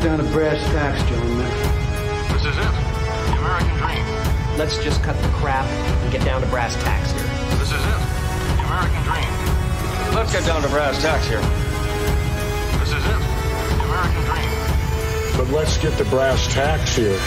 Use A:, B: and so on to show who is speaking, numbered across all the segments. A: kind of brass tacks, gentlemen.
B: This is it. The American dream.
C: Let's just cut the crap and get down to brass tacks here.
B: This is it. The American dream.
D: Let's get down to brass tacks here.
B: This is it. The American dream.
E: But let's get the brass tacks here.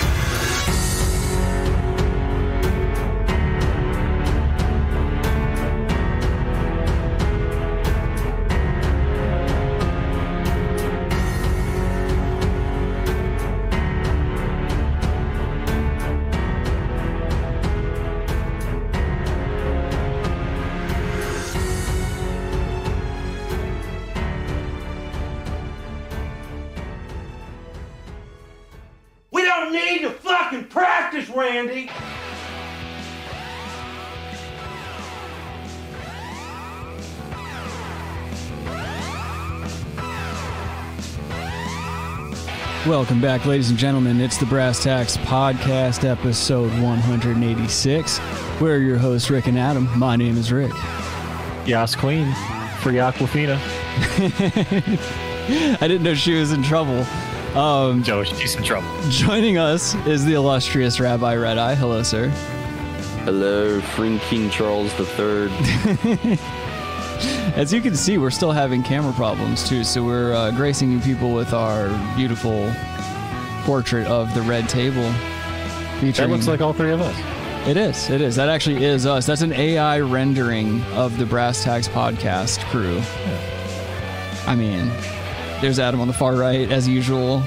F: We don't need to fucking practice, Randy.
G: Welcome back, ladies and gentlemen. It's the Brass Tacks Podcast, episode 186. We're your hosts, Rick and Adam. My name is Rick.
H: Yas Queen, free Aquafina.
G: I didn't know she was in trouble. Um,
H: Joe, she's in trouble.
G: Joining us is the illustrious Rabbi Red Eye. Hello, sir.
I: Hello, Fring King Charles III.
G: As you can see, we're still having camera problems, too, so we're uh, gracing you people with our beautiful portrait of the Red Table.
H: That
G: featuring-
H: looks like all three of us.
G: It is. It is. That actually is us. That's an AI rendering of the Brass Tags podcast crew. I mean, there's Adam on the far right, as usual,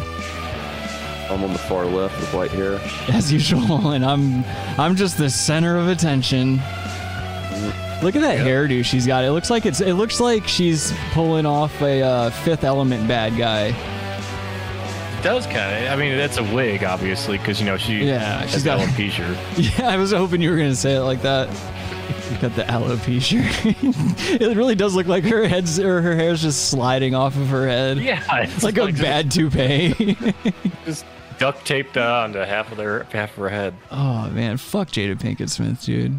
I: I'm on the far left with white hair.
G: as usual, and I'm I'm just the center of attention. Look at that hairdo she's got. It looks like it's. It looks like she's pulling off a uh, Fifth Element bad guy.
H: It does kind of. I mean, that's a wig, obviously, because you know she.
G: Yeah,
H: has
G: she's got-
H: alopecia.
G: Yeah, I was hoping you were gonna say it like that. Got the alopecia. it really does look like her head's or her hair's just sliding off of her head.
H: Yeah, it's
G: It's like a bad toupee.
H: just duct taped onto half of their half of her head.
G: oh man, fuck Jada Pinkett Smith, dude.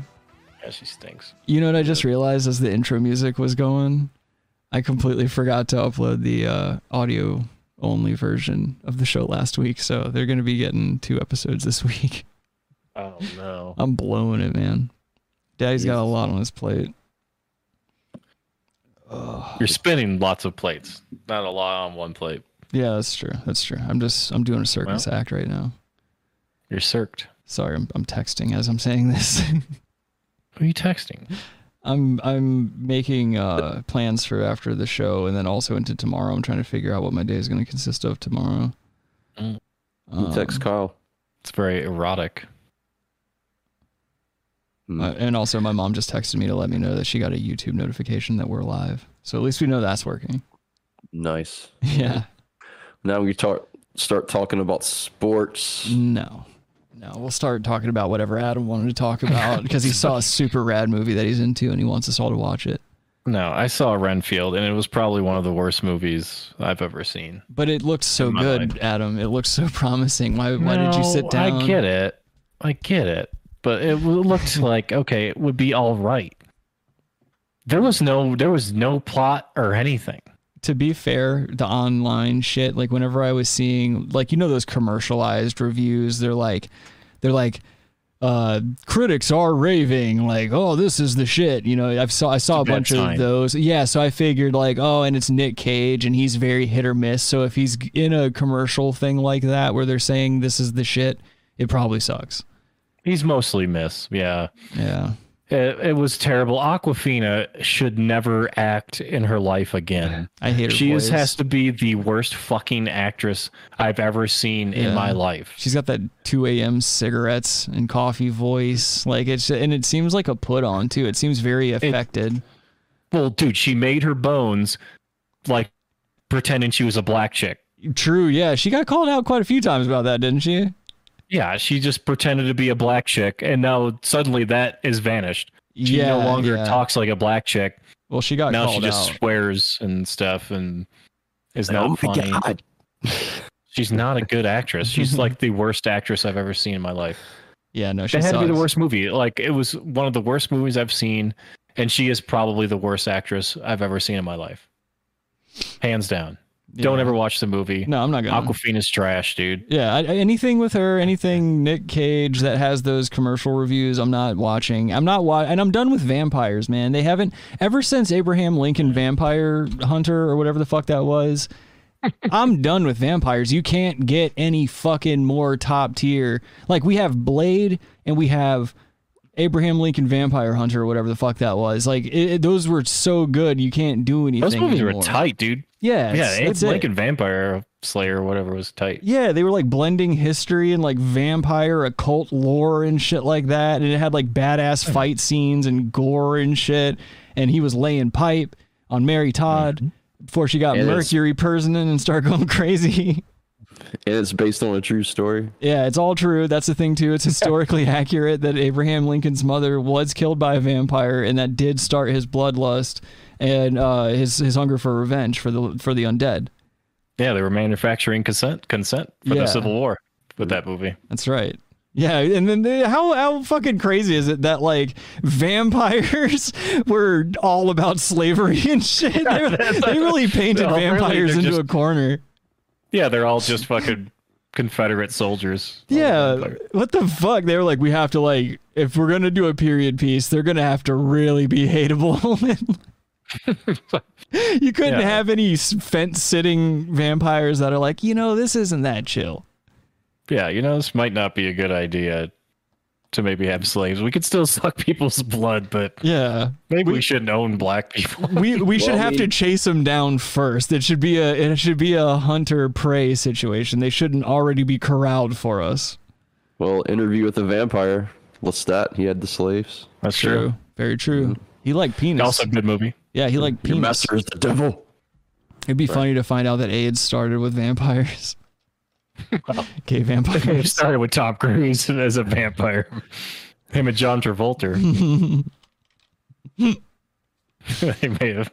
H: Yeah, she stinks.
G: You know what I just realized as the intro music was going? I completely forgot to upload the uh, audio only version of the show last week, so they're gonna be getting two episodes this week.
H: Oh no.
G: I'm blowing it, man. Daddy's got a lot on his plate.
H: You're spinning lots of plates. Not a lot on one plate.
G: Yeah, that's true. That's true. I'm just I'm doing a circus act right now.
H: You're circed.
G: Sorry, I'm, I'm texting as I'm saying this.
H: Who are you texting?
G: I'm I'm making uh, plans for after the show, and then also into tomorrow. I'm trying to figure out what my day is going to consist of tomorrow.
I: You text Kyle.
H: It's very erotic. Hmm.
G: Uh, and also, my mom just texted me to let me know that she got a YouTube notification that we're live. So at least we know that's working.
I: Nice.
G: Yeah.
I: Now we talk, start talking about sports.
G: No. No. We'll start talking about whatever Adam wanted to talk about because he saw a super rad movie that he's into, and he wants us all to watch it.
H: No, I saw Renfield, and it was probably one of the worst movies I've ever seen.
G: But it looked so
H: my
G: good,
H: mind.
G: Adam. It looked so promising. Why Why did you
H: No,
G: sit down?
H: I get it. I get it. But it w- looked like okay, it would be all right. There was no there was no plot or anything.
G: to be fair, the online shit, like whenever I was seeing like you know those commercialized reviews, they're like they're like uh critics are raving like oh this is the shit you know i saw i saw a
H: It's a bad
G: bunch of
H: sign.
G: those yeah so i figured like oh and it's nick cage and he's very hit or miss so if he's in a commercial thing like that where they're saying this is the shit it probably sucks
H: He's mostly miss. Yeah.
G: yeah
H: It, it was terrible. Aquafina should never act in her life again.
G: i hate her
H: She is,
G: voice.
H: has to be the worst fucking actress I've ever seen in my
G: Yeah.
H: life.
G: She's got that 2 a.m. cigarettes and coffee voice. Like it's and it seems like a put on too. It seems very affected.
H: Well, dude, she made her bones like pretending she was a black chick.
G: True, yeah. She got called out quite a few times about that, didn't she?
H: Yeah, she just pretended to be a black chick, and now suddenly that is vanished. She
G: yeah.
H: no longer
G: yeah.
H: talks like a black chick.
G: Well, she got
H: now she
G: called
H: just
G: out.
H: swears and stuff, and is not
I: oh my
H: funny.
I: God.
H: She's not a good actress. She's like the worst actress I've ever seen in my life.
G: Yeah, no, she
H: That had to be the
G: sucks.
H: worst movie. Like it was one of the worst movies I've seen, and she is probably the worst actress I've ever seen in my life, hands down. Don't ever watch the movie.
G: No, I'm not gonna.
H: Aquafina's trash, dude.
G: Yeah, I, I- anything with her, anything Nick Cage that has those commercial reviews, I'm not watching. I'm not wa- and I'm done with vampires, man. They haven't ever since Abraham Lincoln Vampire Hunter or whatever the fuck that was. I'm done with vampires. You can't get any fucking more top tier. Like we have Blade and we have Abraham Lincoln Vampire Hunter or whatever the fuck that was. Like it, it- those were so good, you can't do anything.
H: Those movies were
G: anymore.
H: tight, dude.
G: Yeah,
H: Yeah,
G: it's-
H: Abe
G: that's it.
H: Lincoln Vampire Slayer, or whatever was tight.
G: Yeah, they were like blending history and like vampire occult lore and shit like that. And it had like badass fight scenes and gore and shit. And he was laying pipe on Mary Todd before she got
I: It is.
G: mercury poisoning and started going crazy.
I: And it's based on a true story.
G: yeah, it's all true. That's the thing too. It's historically accurate that Abraham Lincoln's mother was killed by a vampire, and that did start his bloodlust and uh, his his hunger for revenge for the for the undead.
H: Yeah, they were manufacturing consent consent for
G: Yeah.
H: the Civil War with that movie.
G: That's right. Yeah, and then they, how how fucking crazy is it that like vampires were all about slavery and shit? They, they really painted
H: No, really,
G: vampires
H: they're
G: into
H: just-
G: a corner.
H: Yeah, they're all just fucking Confederate soldiers. All
G: Yeah,
H: vampire-
G: what the fuck? They were like, we have to like, if we're gonna do a period piece, they're gonna have to really be hateable. you couldn't
H: Yeah.
G: have any fence sitting vampires that are like, you know, this isn't that chill.
H: Yeah, you know this might not be a good idea to maybe have slaves. We could still suck people's blood, but
G: Yeah,
H: maybe we, shouldn't own black people.
G: we we should
I: Well,
G: have
I: we-
G: to chase them down first. It should be a it should be a hunter prey situation. They shouldn't already be corralled for us.
I: Well, interview with a vampire. Lestat, he had the slaves.
H: That's
G: very true. He liked penis.
H: Also, good movie.
G: yeah, he liked
I: Your
G: penis.
I: master is the devil.
G: It'd be funny to find out that AIDS started with vampires. Gay
H: It
G: vampires.
H: started with Tom Cruise as a vampire. Him and John Travolta. they may have.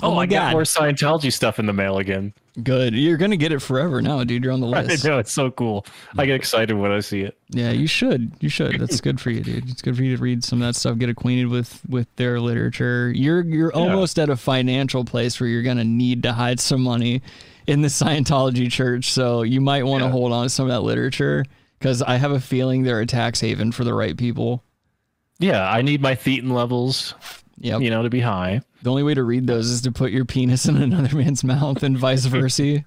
H: Oh,
G: my
H: I got
G: God.
H: more Scientology stuff in the mail again.
G: Good. You're gonna get it forever now, dude. You're on the list.
H: I know it's so cool. I get excited when I see it.
G: Yeah, you should. You should. That's good for you, dude. It's good for you to read some of that stuff, get acquainted with with their literature. You're you're almost at a financial place where you're gonna need to hide some money in the Scientology church, so you might want to hold on to some of that literature because I have a feeling they're a tax haven for the right people.
H: Yeah, I need my thetan levels,
G: Yep.
H: you know, to be high.
G: The only way to read those is to put your penis in another man's mouth and vice versa.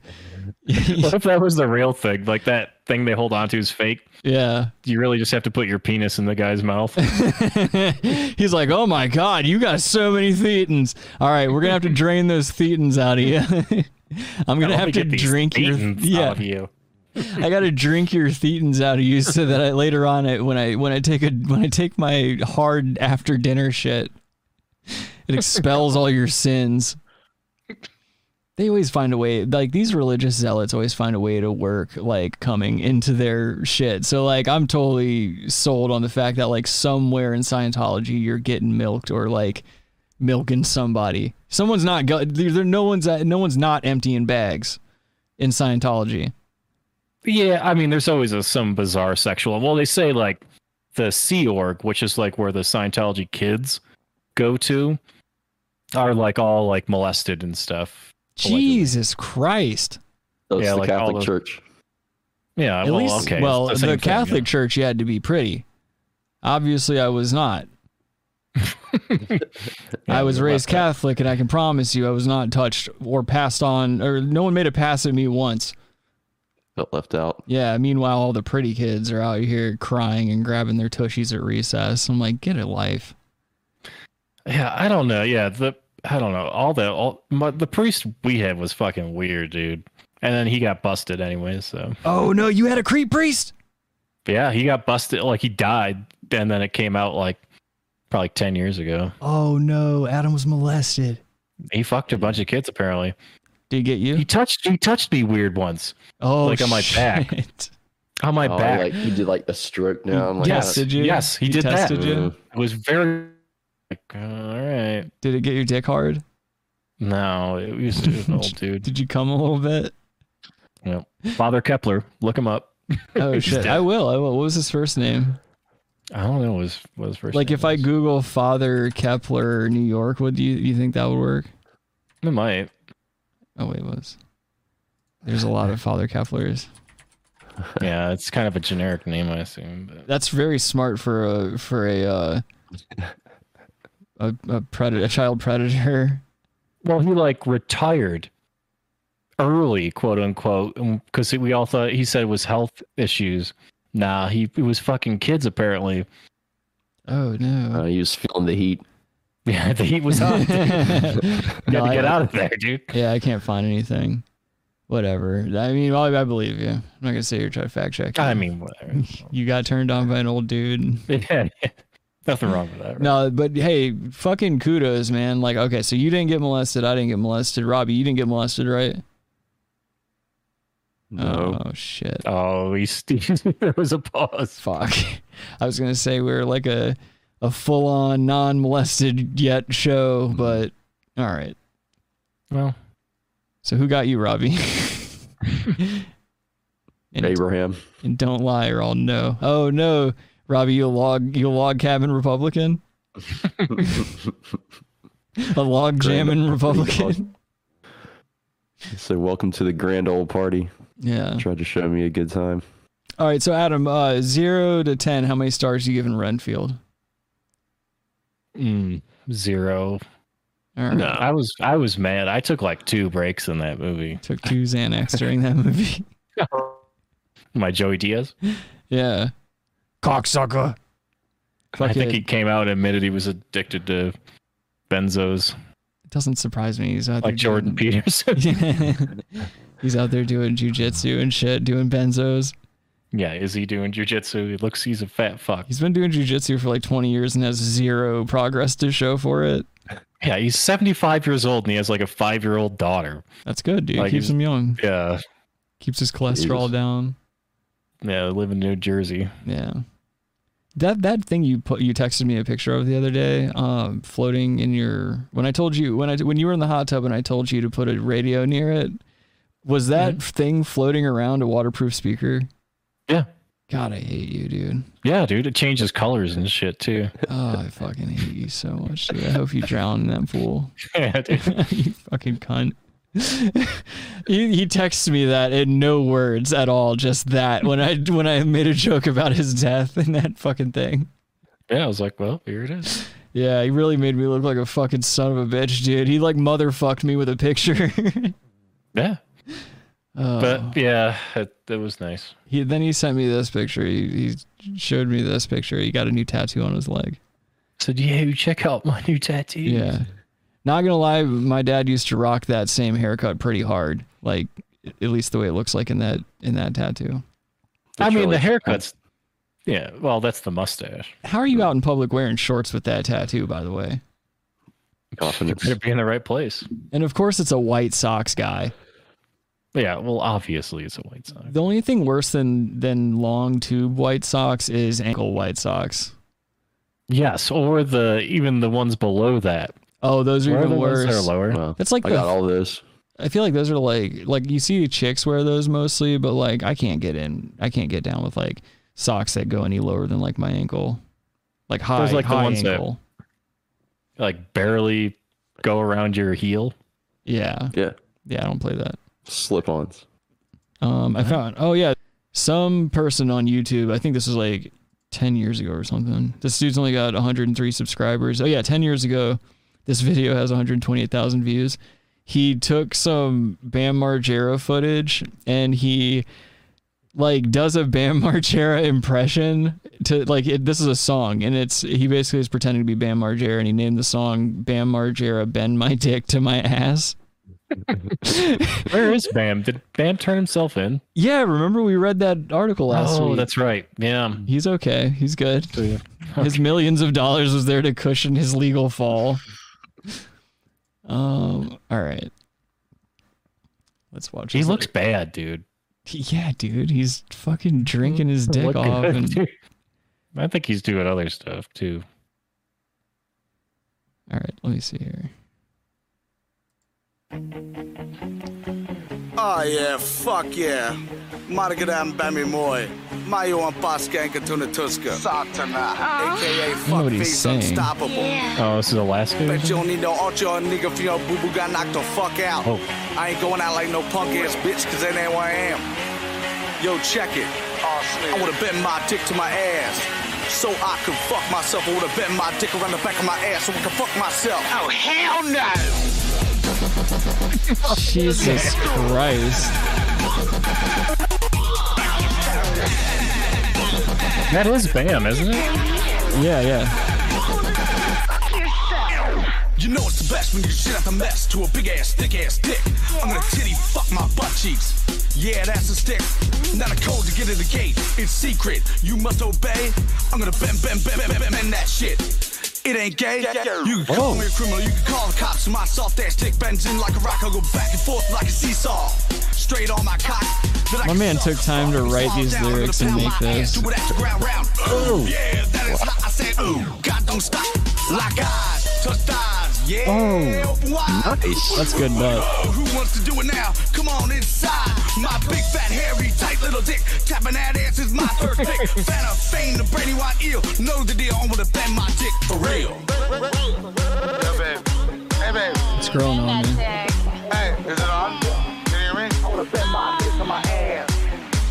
H: What if that was the real thing? Like that thing they hold on to is fake.
G: Yeah.
H: You really just have to put your penis in the guy's mouth.
G: He's like, oh my God, you got so many thetans. All right, we're going to have to drain those thetans out of you. I'm going to have to
H: Get these
G: drink your.
H: thetans out
G: Yeah,
H: of you.
G: I got to drink your thetans out of you so that I later on I, when I when I take a when I take my hard after dinner shit, it expels all your sins. They always find a way. Like these religious zealots always find a way to work like coming into their shit. So like I'm totally sold on the fact that like somewhere in Scientology you're getting milked or like milking somebody. Someone's not go- there. there- No one's no one's not emptying bags in Scientology.
H: Yeah, I mean, there's always a, some bizarre sexual. Well, they say like the Sea Org, which is like where the Scientology kids go to, are like all like molested and stuff. allegedly.
G: Jesus Christ.
I: That's
H: Yeah,
I: the
H: like all
I: Catholic
H: the-
I: Church.
H: Yeah,
G: At
H: well,
G: least,
H: Oh, okay. it's
G: well, the,
H: same thing, yeah.
G: Catholic Church, you had to be pretty. Obviously, I was not. I
H: Yeah,
G: was
H: you
G: raised
H: left
G: Catholic, and I can promise you I was not touched or passed on, or no one made a pass at me once.
I: Felt left out.
G: Yeah, meanwhile, all the pretty kids are out here crying and grabbing their tushies at recess. I'm like, get a life.
H: that. Yeah, I don't know. Yeah, the I don't know. All the all my, the priest we had was fucking weird, dude. And then he got busted anyway. So
G: Oh, no, you had a creep priest?
H: But yeah, he got busted. Like he died, and then it came out like probably ten years ago.
G: Oh, no, Adam was molested.
H: He fucked a
G: Mm-hmm.
H: bunch of kids apparently.
G: Did he get
H: He
G: you?
H: touched he touched me weird once
G: Oh,
H: Like on my back.
G: shit.
H: on my
I: Oh,
H: back.
I: like he did like a stroke down. Like,
H: yes,
G: Did you?
H: yes, he,
G: He
H: did that.
G: tested you?
H: It was very like uh, all right.
G: Did it get your dick hard?
H: No, it was, it was an old dude.
G: Did you come a little bit?
H: No. Father Kepler, look him up.
G: Oh
H: He's
G: shit!
H: dead.
G: I will. I will. What was his first name?
H: I don't know his what his first.
G: Like,
H: name
G: if I
H: was.
G: Google Father Kepler New York, would you you think that would work?
H: it might
G: Oh wait, it was There's a lot of Father Kepler's.
H: Yeah, it's kind of a generic name, I assume. But
G: That's very smart for a for a uh, a a, predator, a child predator.
H: well, he like retired early, quote unquote, because we all thought he said it was health issues. Nah, he it was fucking kids apparently.
G: Oh
I: Uh,
G: no!
I: he was feeling the heat.
H: Yeah, the heat was on. dude. you
G: No,
H: had to
G: I-
H: get out of there, dude.
G: Yeah, I can't find anything. Whatever. I mean, I, I believe you. I'm not gonna say you're trying to fact check.
H: I mean, whatever.
G: you got turned on by an old dude.
H: yeah, yeah. nothing wrong with that. right?
G: No, but hey, fucking kudos, man. Like, okay, so you didn't get molested. I didn't get molested. Robbie, you didn't get molested, right?
I: No.
G: Oh shit.
H: Oh, he st- there was a pause.
G: Fuck. I was gonna say we are like a a full on non molested yet show, but all right.
H: Well,
G: So who got you, Robbie? and,
I: Abraham.
G: and don't lie or I'll know. Oh no, Robbie, you a log you a log cabin Republican? a log jamming Republican.
I: So welcome to the grand old party.
G: Yeah.
I: Tried to show me a good time.
G: All right, so Adam, uh, zero to ten, how many stars do you giving Renfield?
H: mm, zero.
G: All right.
H: I was I was mad. I took like two breaks in that movie.
G: Took two Xanax during that movie.
H: My Joey Diaz.
G: Yeah. Cocksucker. Fuck
H: I think
G: yeah.
H: he came out and admitted he was addicted to benzos,
G: It doesn't surprise me. He's out
H: like
G: there
H: Jordan
G: doing-
H: Peterson.
G: He's out there doing jujitsu and shit, doing benzos.
H: yeah, is he doing jujitsu? It looks he's a fat fuck.
G: He's been doing jujitsu for like 20 years and has zero progress to show for it.
H: Yeah, he's seventy five years old and he has like a five year old daughter.
G: That's good, dude.
H: Like,
G: Keeps
H: he's-
G: him young.
H: Yeah,
G: Keeps his cholesterol
I: Jesus.
G: down.
H: yeah, they live in New Jersey.
G: Yeah. That that thing you put you texted me a picture of the other day, um, floating in your when I told you when I when you were in the hot tub and I told you to put a radio near it, was that thing floating around a waterproof speaker?
H: Yeah,
G: God, I hate you, dude.
H: yeah, dude, it changes colors and shit too.
G: Oh, I fucking hate you so much, dude. I hope you drown in that pool.
H: yeah, dude.
G: you fucking cunt. he, he texts me that in no words at all, just that when I when I made a joke about his death and that fucking thing.
H: yeah, I was like, well, here it is.
G: Yeah, he really made me look like a fucking son of a bitch, dude. He like motherfucked me with a picture.
H: Yeah,
G: Oh.
H: but yeah, it, it was nice.
G: he then he sent me this picture. He, he showed me this picture. He got a new tattoo on his leg.
H: So yeah, check out my new tattoo.
G: Yeah. Not gonna lie, my dad used to rock that same haircut pretty hard. Like at least the way it looks like in that in that tattoo.
H: I mean the
I: Charlie
H: haircuts. Yeah, well, that's the mustache.
G: How are you out in public wearing shorts with that tattoo, by the way?
I: Confidence.
H: Better be in the right place.
G: And of course it's a White Sox guy.
H: Yeah, well, obviously it's a white sign.
G: The only thing worse than than long tube white socks is ankle white socks.
H: Yes, or the even the ones below that.
G: Oh, those are
H: Or
G: even
H: the
G: worse.
H: ones that are lower.
I: Wow.
G: That's like
I: I
G: the-
I: got all those.
G: I feel like those are like like you see chicks wear those mostly, but like I can't get in. I can't get down with like socks that go any lower than like my ankle, like high
H: like, the
G: high
H: ones that-
G: ankle.
H: Like barely go around your heel.
G: Yeah,
I: Yeah.
G: yeah, I don't play that.
I: Slip-ons.
G: Um,
H: Uh-huh.
G: I found oh yeah, some person on YouTube. I think this was like ten years ago or something. This dude's only got 103 subscribers. Oh yeah, ten years ago, this video has 128,000 views. He took some Bam Margera footage and he like does a Bam Margera impression to like it, this is a song and it's he basically is pretending to be Bam Margera and he named the song Bam Margera bend my dick to my ass.
H: Where is Bam? Did Bam turn himself in?
G: Yeah, remember we read that article last
H: oh,
G: week.
H: that's right. Yeah.
G: He's okay. He's good. His millions of dollars was there to cushion his legal fall. Um. All right. Let's watch.
H: He
G: this
H: looks bad, dude.
G: later. Yeah, dude. He's fucking drinking his dick
H: Look
G: off,
H: good,
G: and
H: dude. I think he's doing other stuff too.
G: All right, let me see here.
J: Oh yeah, fuck yeah. Margadam Bami Moy. Mayo and Paskanka Tuna Tuska. Satana. AKA
G: know what he's
J: Fuckface
G: saying.
J: Unstoppable.
H: Oh, this is Alaska.
J: Bet you don't need no ultra or nigga for your boo boo got knocked the fuck out.
H: Oh.
J: I ain't going out like no punk ass bitch, cause that ain't where I am. Yo, check it. I would've bent my dick to my ass. So I could fuck myself. I would've bent my dick around the back of my ass so I could fuck myself. Oh, hell no!
G: Jesus Christ.
H: That is Bam, isn't it?
G: Yeah, yeah.
J: You know it's the best when you shit out the mess to a big ass, thick ass dick. I'm gonna titty fuck my butt cheeks. Yeah, that's a stick. Not a code to get in the gate. It's secret. You must obey. I'm gonna bend, bend, bend, bend, bend, bend that shit. It ain't gay. You can call me a criminal. You can call the cops. My soft ass dick bends in like a rock. I go back and forth like a seesaw. Straight on my cock. Then I
G: My
J: can
G: man
J: suck
G: took
J: the
G: time to
J: fucking
G: write
J: song
G: these
J: down. I'm
G: lyrics
J: gonna
G: and
J: pound
G: make
J: my ass,
G: this.
J: do it at the ground round. Ooh, yeah, that is hot. I said, ooh, God don't stop. Like eyes, touch thighs, yeah. open wide.
G: Oh. That's good butt.
J: Oh, who wants to do it now? Come on inside. My big fat hairy tight little dick. Tapping that ass is my third pick. Fat of fame, the Brady White eel. Know the deal, I'm gonna bend my dick for real.
B: Hey, babe. Hey, babe.
G: It's growing on me.
B: Hey, is it on? Can you hear me?
J: I wanna bend my dick on my ass.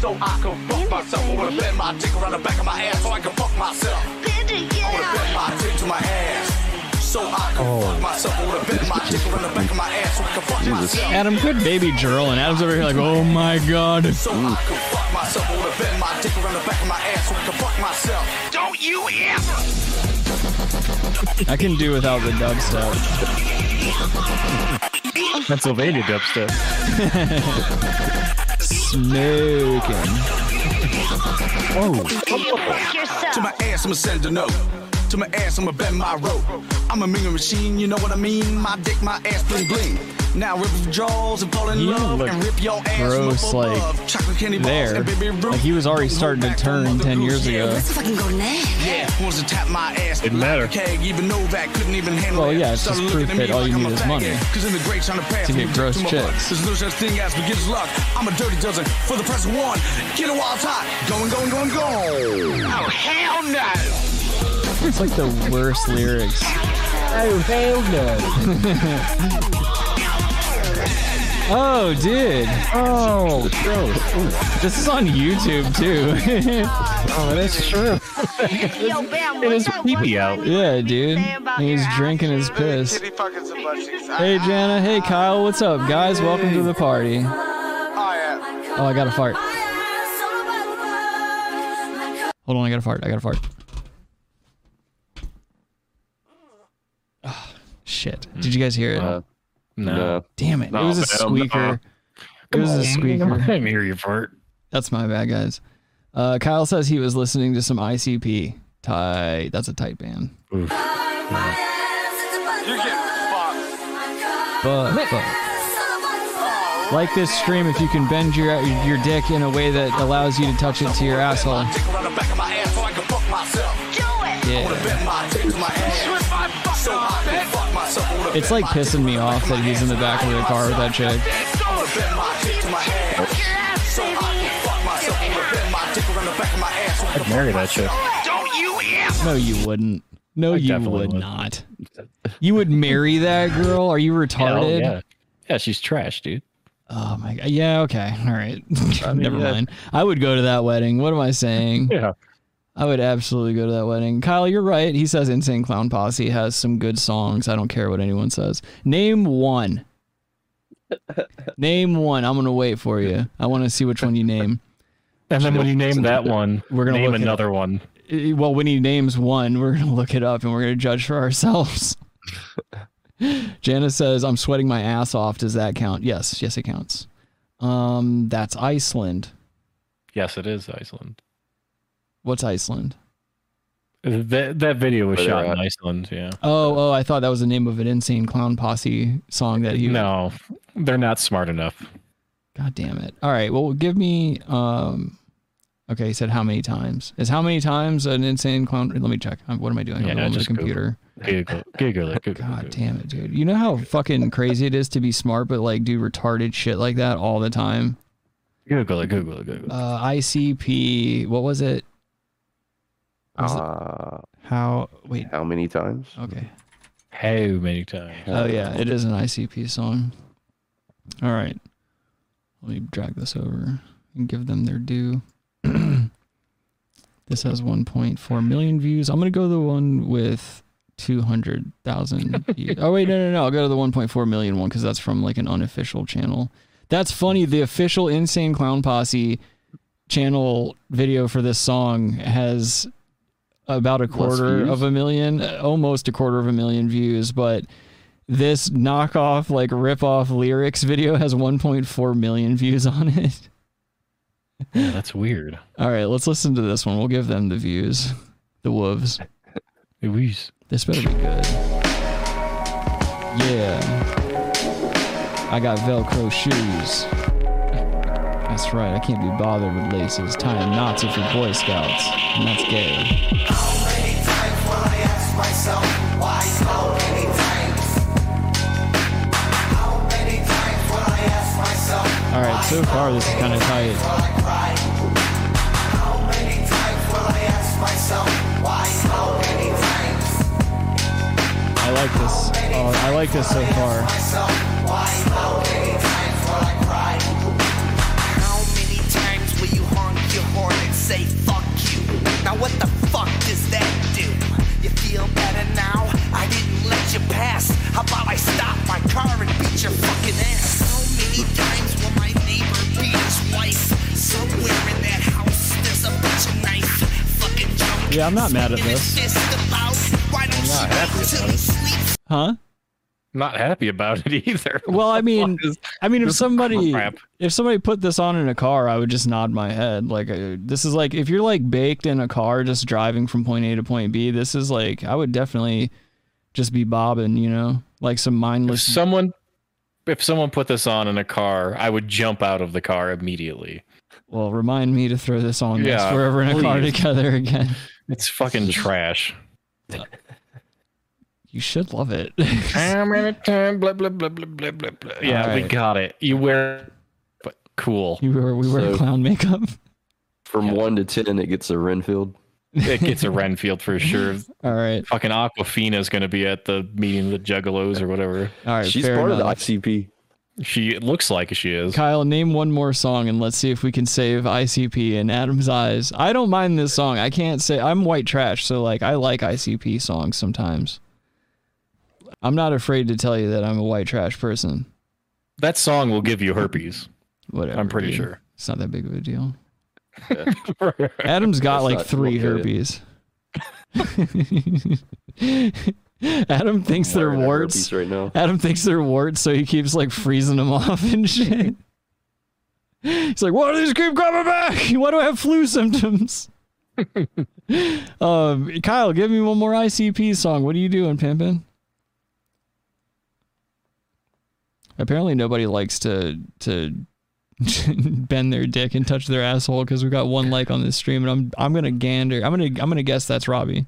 J: So I can fuck myself. I wanna bend my dick around the back of my ass so I can fuck myself. I wanna bend my dick to my ass. So I can fuck myself. I wanna bend my dick around the back of my ass so I can fuck myself.
G: Adam, good baby girl, and Adam's over here like, oh my god.
J: So I can fuck myself. I wanna bend my dick around the back of my ass so I can fuck myself. Don't you ever
G: I can do without the dubstep.
H: Pennsylvania dubstep.
G: Smoking.
J: To my ass, I'ma send a note. To my ass, I'ma bend my rope. I'm a mean machine, you know what I mean? My dick, my ass, bling bling. Now rip your jaws and fall in
G: You
J: love
G: look
J: and rip your ass
G: gross,
J: up
G: like,
J: above. Chocolate candy balls
G: there.
J: and baby root.
G: Like, he was already
J: Don't
G: starting to
J: hold back,
G: turn
J: don't
G: 10
J: mother
G: years
J: goose.
G: ago.
K: Let's fucking go now.
J: Yeah, wants to tap my ass.
H: Didn't matter.
J: Keg, even Novak couldn't even handle
G: Well,
J: it.
G: yeah, it's
J: Started
G: just
J: looking
G: proof
J: at me
G: that all you
J: I'm
G: need
J: a
G: is
J: faggot.
G: money.
J: 'Cause in the great trying to pass
G: To
J: me
G: get
J: dick
G: gross
J: my butt.
G: chicks.
J: There's no such thing as forget luck. I'm a dirty dozen for the press of one. Get a wild hot. Going, going, going, going. Oh, hell no.
G: It's like the worst lyrics. Oh, dude. Oh, This is on YouTube too.
H: Oh, that's true. It is creepy out.
G: yeah, dude. He's drinking his piss.
B: Kitty pockets and butt cheeks. I-
G: Hey, Jana. Hey, Kyle. What's up, guys? Welcome to the party.
B: Oh, yeah.
G: Oh, I got a fart. Hold on, I got a fart. I got a fart. Ah, shit. Did you guys hear it?
I: Uh,
H: No.
I: no.
G: Damn it. It
H: no,
G: was a
H: but, um, uh,
G: squeaker. It was a
H: I
G: squeaker.
H: didn't hear you fart.
G: That's my bad, guys. Uh, Kyle says he was listening to some ICP. Tight. That's a tight band.
B: You get fucked.
G: But, Like this stream if you can bend your your dick in a way that allows you to touch it to your asshole.
J: Dick around the back of my ass so I can fuck myself. Wanna
G: Yeah.
J: bend my dick to my ass. So I can fuck myself. Wanna
G: It's
J: bend
G: like
J: my dick
G: pissing me
J: around the
G: off
J: back of
G: that
J: my
G: he's in the
J: ass.
G: back of the car with that chick.
J: Wanna bend my dick to my ass. So I can fuck myself. Wanna bend my dick around the back of my ass so I can
H: I'd marry that chick.
G: No, you wouldn't. No, you
H: definitely
G: would,
H: would.
G: not. You would marry that girl? Are you
H: Hell
G: retarded?
H: yeah. Yeah, she's trash, dude.
G: Oh my god. Yeah, okay. All right. Never
H: yeah.
G: mind. I would go to that wedding. What am I saying?
H: Yeah.
G: I would absolutely go to that wedding. Kyle, you're right. He says Insane Clown Posse has some good songs. I don't care what anyone says. Name one. name one. I'm gonna wait for you. I want to see which one you name.
H: And then when you name that one,
G: We're gonna
H: name
G: look it
H: another one.
G: Eh, Well, when he names one, we're gonna look it up and we're gonna judge for ourselves. Janice says, "I'm sweating my ass off. Does that count? Yes, yes, it counts. Um, that's Iceland.
H: Yes, it is Iceland.
G: What's Iceland?
H: That that video was
I: Where they're
H: shot in
I: at.
H: Iceland. Yeah.
G: Oh, oh, I thought that was the name of an insane clown posse song that he.
H: No, they're not smart enough.
G: God damn it. All right. Well, give me. Um, okay. He said how many times? Is how many times an insane clown? Let me check. Um, What am I doing?
H: Yeah,
G: I'm on the
H: just Google.
G: computer.
H: Giggle, giggle, it, giggle.
G: God damn it, dude. You know how fucking crazy it is to be smart, but like do retarded shit like that all the time?
H: Google it, Google it, Google it.
G: Uh, ICP, what was it?
I: Uh,
G: How, wait,
I: how many times?
G: okay.
H: How many times?
G: Oh, yeah, it is an ICP song. All right. Let me drag this over and give them their due. this has 1.4 million views. I'm going to go the one with 200,000 views. Oh, wait, no, no, no. I'll go to the 1.4 million one because that's from like an unofficial channel. That's funny. The official Insane Clown Posse channel video for this song has about a quarter
I: views?
G: of a million, uh, almost a quarter of a million views, but this knockoff like rip-off lyrics video has 1.4 million views on it.
H: Yeah, Oh, that's weird.
G: All right, let's listen to this one. We'll give them the views. The wolves.
H: It was-
G: This better be good. Yeah. I got Velcro shoes. That's right, I can't be bothered with laces. Tying knots if you're Boy Scouts. And that's gay. Alright, so far this is kind of tight. I like this. Oh, I like this so far.
K: How many times will you honk your horn and say fuck you? Now what the fuck does that do? You feel better now? I didn't let you pass. How about I stop my car and beat your fucking ass? How many times will my neighbor beat his wife? Somewhere in that house there's a bunch of knife. Fucking junk.
G: Yeah, I'm not mad at
K: Swinging his
G: this.
K: fist about. Why don't you wait till he sleeps?
G: Huh?
H: Not happy about it either.
G: Well, I mean,
H: What is-
G: I mean, if
H: this is
G: somebody
H: crap.
G: if somebody put this on in a car, I would just nod my head. Like uh, this is like if you're like baked in a car, just driving from point A to point B. This is like I would definitely just be bobbing, you know, like some
H: if
G: mindless.
H: someone if someone put this on in a car, I would jump out of the car immediately.
G: Well, remind me to throw this on yeah,
H: Yeah,
G: once we're ever in a car
H: please.
G: together again.
H: It's fucking trash.
G: You should love it.
H: How many times? Blah blah blah blah blah blah blah. Yeah, we
G: Alright.
H: got it. You wear, but cool.
G: you were we wear
I: So-
G: clown makeup.
I: From one to ten, it gets a Renfield.
H: It gets a Renfield for sure.
G: All right,
H: Fucking Aquafina is going to be at the meeting of the Juggalos or whatever.
G: all right.
I: She's
G: fair
I: part
G: enough.
I: of the ICP.
H: She it looks like she is.
G: Kyle, name one more song and let's see if we can save ICP and Adam's Eyes. I don't mind this song. I can't say I'm white trash, so like I like ICP songs sometimes. I'm not afraid to tell you that I'm a white trash person.
H: That song will give you herpes.
G: Whatever.
H: I'm pretty
G: dude.
H: sure.
G: It's not that big of a deal.
H: That's
G: Adam's got
I: That's
G: like
I: not-
G: three
I: we'll get
G: herpes. Adam thinks they're
I: Wearing a
G: warts.
I: herpes right now.
G: Adam thinks they're warts, so he keeps like freezing them off and shit. He's like, why do these keep coming back? Why do I have flu symptoms? um, Kyle, give me one more ICP song. What are you doing, Pimpin? Apparently, nobody likes to to bend their dick and touch their asshole because we got one like on this stream, and I'm I'm gonna gander. I'm gonna I'm gonna guess that's Robbie.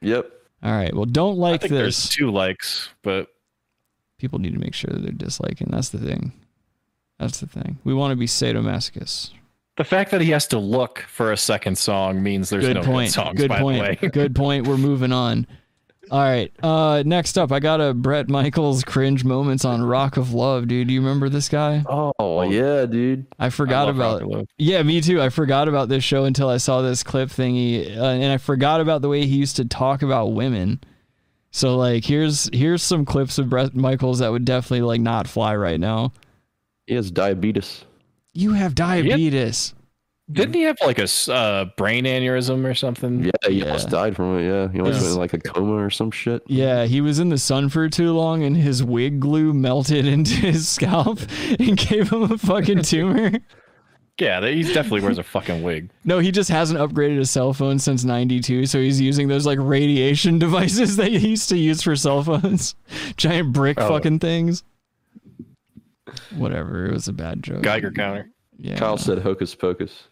I: Yep.
G: All right. Well, don't
H: I
G: like
H: think
G: this
H: there's two likes, but
G: people need to make sure that they're disliking. That's the thing. That's the thing. We want to be sadomasochists.
H: the fact that he has to look for a second song means there's
G: Good
H: no
G: point.
H: good songs.
G: Good
H: by the way.
G: point. Good point. We're moving on. All right. Uh, next up, I got a Brett Michaels cringe moments on Rock of Love, dude. Do you remember this guy?
I: Oh yeah, dude.
G: I forgot
H: love
G: about.
H: Rock of Love.
G: Yeah, me too. I forgot about this show until I saw this clip thingy, uh, and I forgot about the way he used to talk about women. So like, here's here's some clips of Brett Michaels that would definitely like not fly right now.
I: He has diabetes.
G: You have diabetes.
H: Didn't he have like a s- uh, brain aneurysm or something?
I: Yeah, he
G: Yeah.
I: almost died from it. Yeah, he almost
G: Yeah.
I: went in like a coma or some shit.
G: Yeah, he was in the sun for too long and his wig glue melted into his scalp and gave him a fucking tumor.
H: Yeah, he definitely wears a fucking wig.
G: No, he just hasn't upgraded his cell phone since 92, so he's using those like radiation devices that you used to use for cell phones. Giant brick fucking things. Whatever, it was a bad joke.
H: Geiger counter.
G: yeah.
I: Kyle said hocus pocus.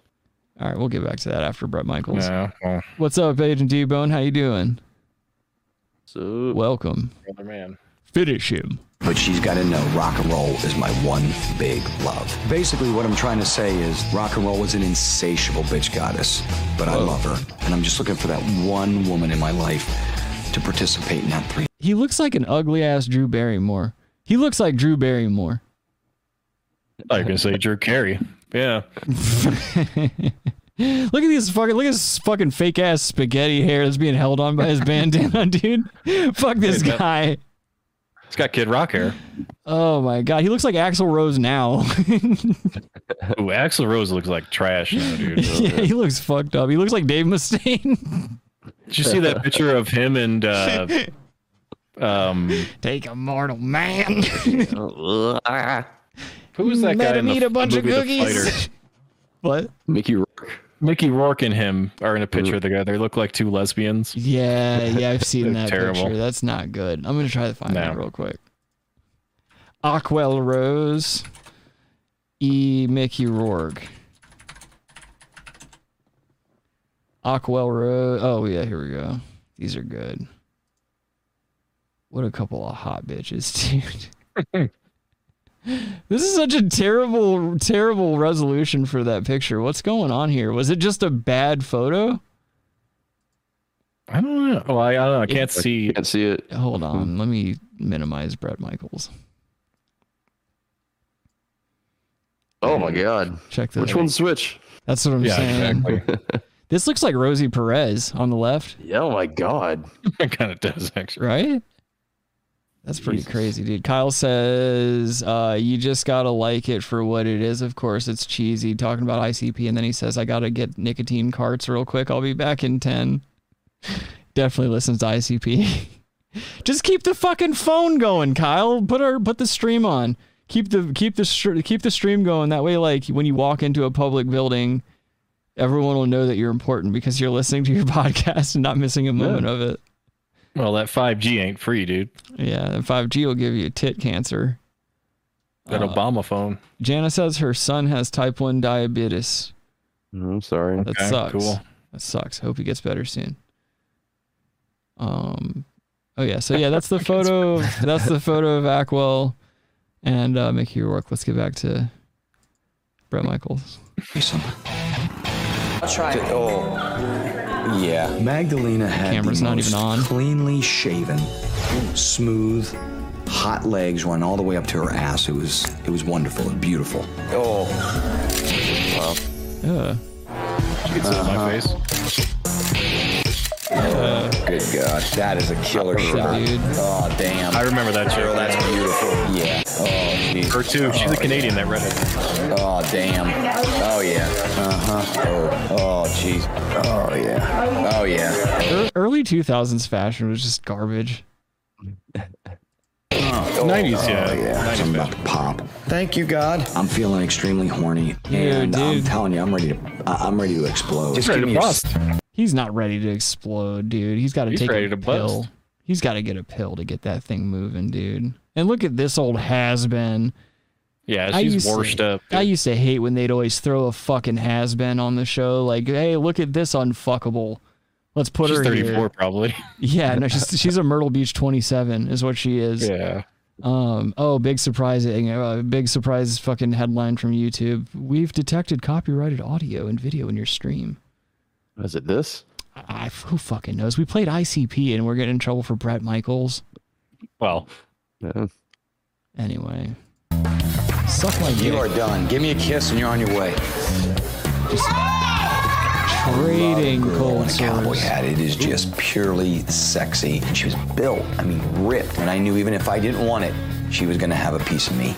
G: All right, we'll get back to that after Brett Michaels.
H: Yeah. well,
G: What's up, Agent D Bone? How you doing?
I: So
G: Welcome.
H: Brother man.
G: Finish him.
L: But she's got to know rock and roll is my one big love. Basically, what I'm trying to say is rock and roll is an insatiable bitch goddess, but I love her. And I'm just looking for that one woman in my life to participate in that three.
G: He looks like an ugly ass Drew Barrymore. He looks like Drew Barrymore.
H: I can say Drew Carey. Yeah.
G: Look at these fucking look at this fucking fake ass spaghetti hair that's being held on by his bandana, dude. Fuck this
H: Hey, man.
G: guy.
H: It's got Kid Rock hair.
G: Oh my god, he looks like Axl Rose now.
H: Ooh, Axel Rose looks like trash now, dude.
G: yeah, he looks fucked up. He looks like Dave Mustaine.
H: Did you see that picture of him and uh um
G: Take a mortal man.
H: who was that guy
G: Let
H: in
G: him
H: the
G: eat a bunch of
H: movie The
G: cookies.
H: Fighter?
G: what?
I: Mickey Rourke.
H: Mickey Rourke and him are in a picture together. They look like two lesbians.
G: Yeah, yeah, I've seen that
H: That's terrible.
G: picture. That's not good. I'm gonna try to find that
H: No.
G: real quick. Aquel Rose, E. Mickey Rourke. Aquel Rose. Oh yeah, here we go. These are good. What a couple of hot bitches, dude. This is such a terrible, terrible resolution for that picture. What's going on here? Was it just a bad photo?
H: I don't know. Well, Oh, I, I don't know. I can't see.
I: Can't see it.
G: Hold
H: Hmm.
G: on, let me minimize Brett Michaels.
I: Oh my god.
G: Check this.
I: Which one's Switch?
G: That's what I'm
H: Yeah,
G: saying.
H: exactly.
G: This looks like Rosie Perez on the left,
I: Yeah, oh my god.
H: it kind of does actually.
G: right? That's pretty crazy, dude. Kyle says, uh, "You just gotta like it for what it is." Of course, it's cheesy talking about ICP, and then he says, "I gotta get nicotine carts real quick. I'll be back in 10. Definitely listens to ICP. just keep the fucking phone going, Kyle. Put our put the stream on. Keep the keep the str- keep the stream going. That way, like when you walk into a public building, everyone will know that you're important because you're listening to your podcast and not missing a moment of it.
H: Well, that 5G ain't free, dude.
G: Yeah, and 5G will give you tit cancer.
H: That Obama phone.
G: Jana says her son has type 1 diabetes.
I: No, Mm, I'm sorry.
G: That
H: Okay,
G: sucks.
H: cool.
G: That sucks. Hope he gets better soon. Um, oh yeah. So yeah, that's the photo. of- that's the photo of Ackwell and uh, Mickey Rourke. Let's get back to Brett Michaels.
L: Oh, yeah. Magdalena had
G: Camera's
L: the
G: not
L: most
G: even on.
L: cleanly shaven, smooth, hot legs run all the way up to her ass. It was it was wonderful and beautiful.
I: Oh,
G: Yeah.
H: You can see it in my face.
L: Good God, that is a killer shot.
G: dude.
L: Oh damn.
H: I remember that
L: Girl,
H: chick.
L: that's beautiful. Yeah. Oh, geez.
H: Her too. She's a Canadian. That redhead.
L: Oh, damn. Oh, yeah. Uh huh. Oh, oh, jeez. Oh, yeah. Oh, yeah.
G: Ear- Early 2000s fashion was just garbage.
H: 90s, yeah.
L: Oh, yeah.
H: 90s
L: I'm
H: fashion.
L: about to pop.
A: Thank you, God.
L: I'm feeling extremely horny, and I'm
G: dude.
L: telling you, I'm ready to, I- I'm ready to explode.
H: He's ready to bust.
G: He's not ready to explode, dude. He's got to
H: He's
G: take
H: ready
G: a
H: to bust.
G: pill. He's got to get a pill to get that thing moving, dude. And look at this old has been.
H: Yeah, she's washed
G: to,
H: up.
G: I
H: dude.
G: used to hate when they'd always throw a fucking has been on the show. Like, hey, look at this unfuckable. Let's put
H: She's
G: her
H: 34
G: here.
H: probably.
G: Yeah, no, she's she's a Myrtle Beach 27 is what she is.
H: Yeah.
G: Um, oh, big surprising, uh, big surprise fucking headline from YouTube. We've detected copyrighted audio and video in your stream.
I: is it this?
G: I, I- who fucking knows? We played ICP and we're getting in trouble for Brett Michaels.
H: Well,
I: Yeah.
G: Anyway, suck my
L: You
G: dick.
L: are done. Give me a kiss, and you're on your way.
G: trading
L: Girl
G: cold
L: in a cowboy
G: sores.
L: hat. It is just purely sexy. She was built. I mean, ripped. And I knew even if I didn't want it, she was gonna have a piece of me.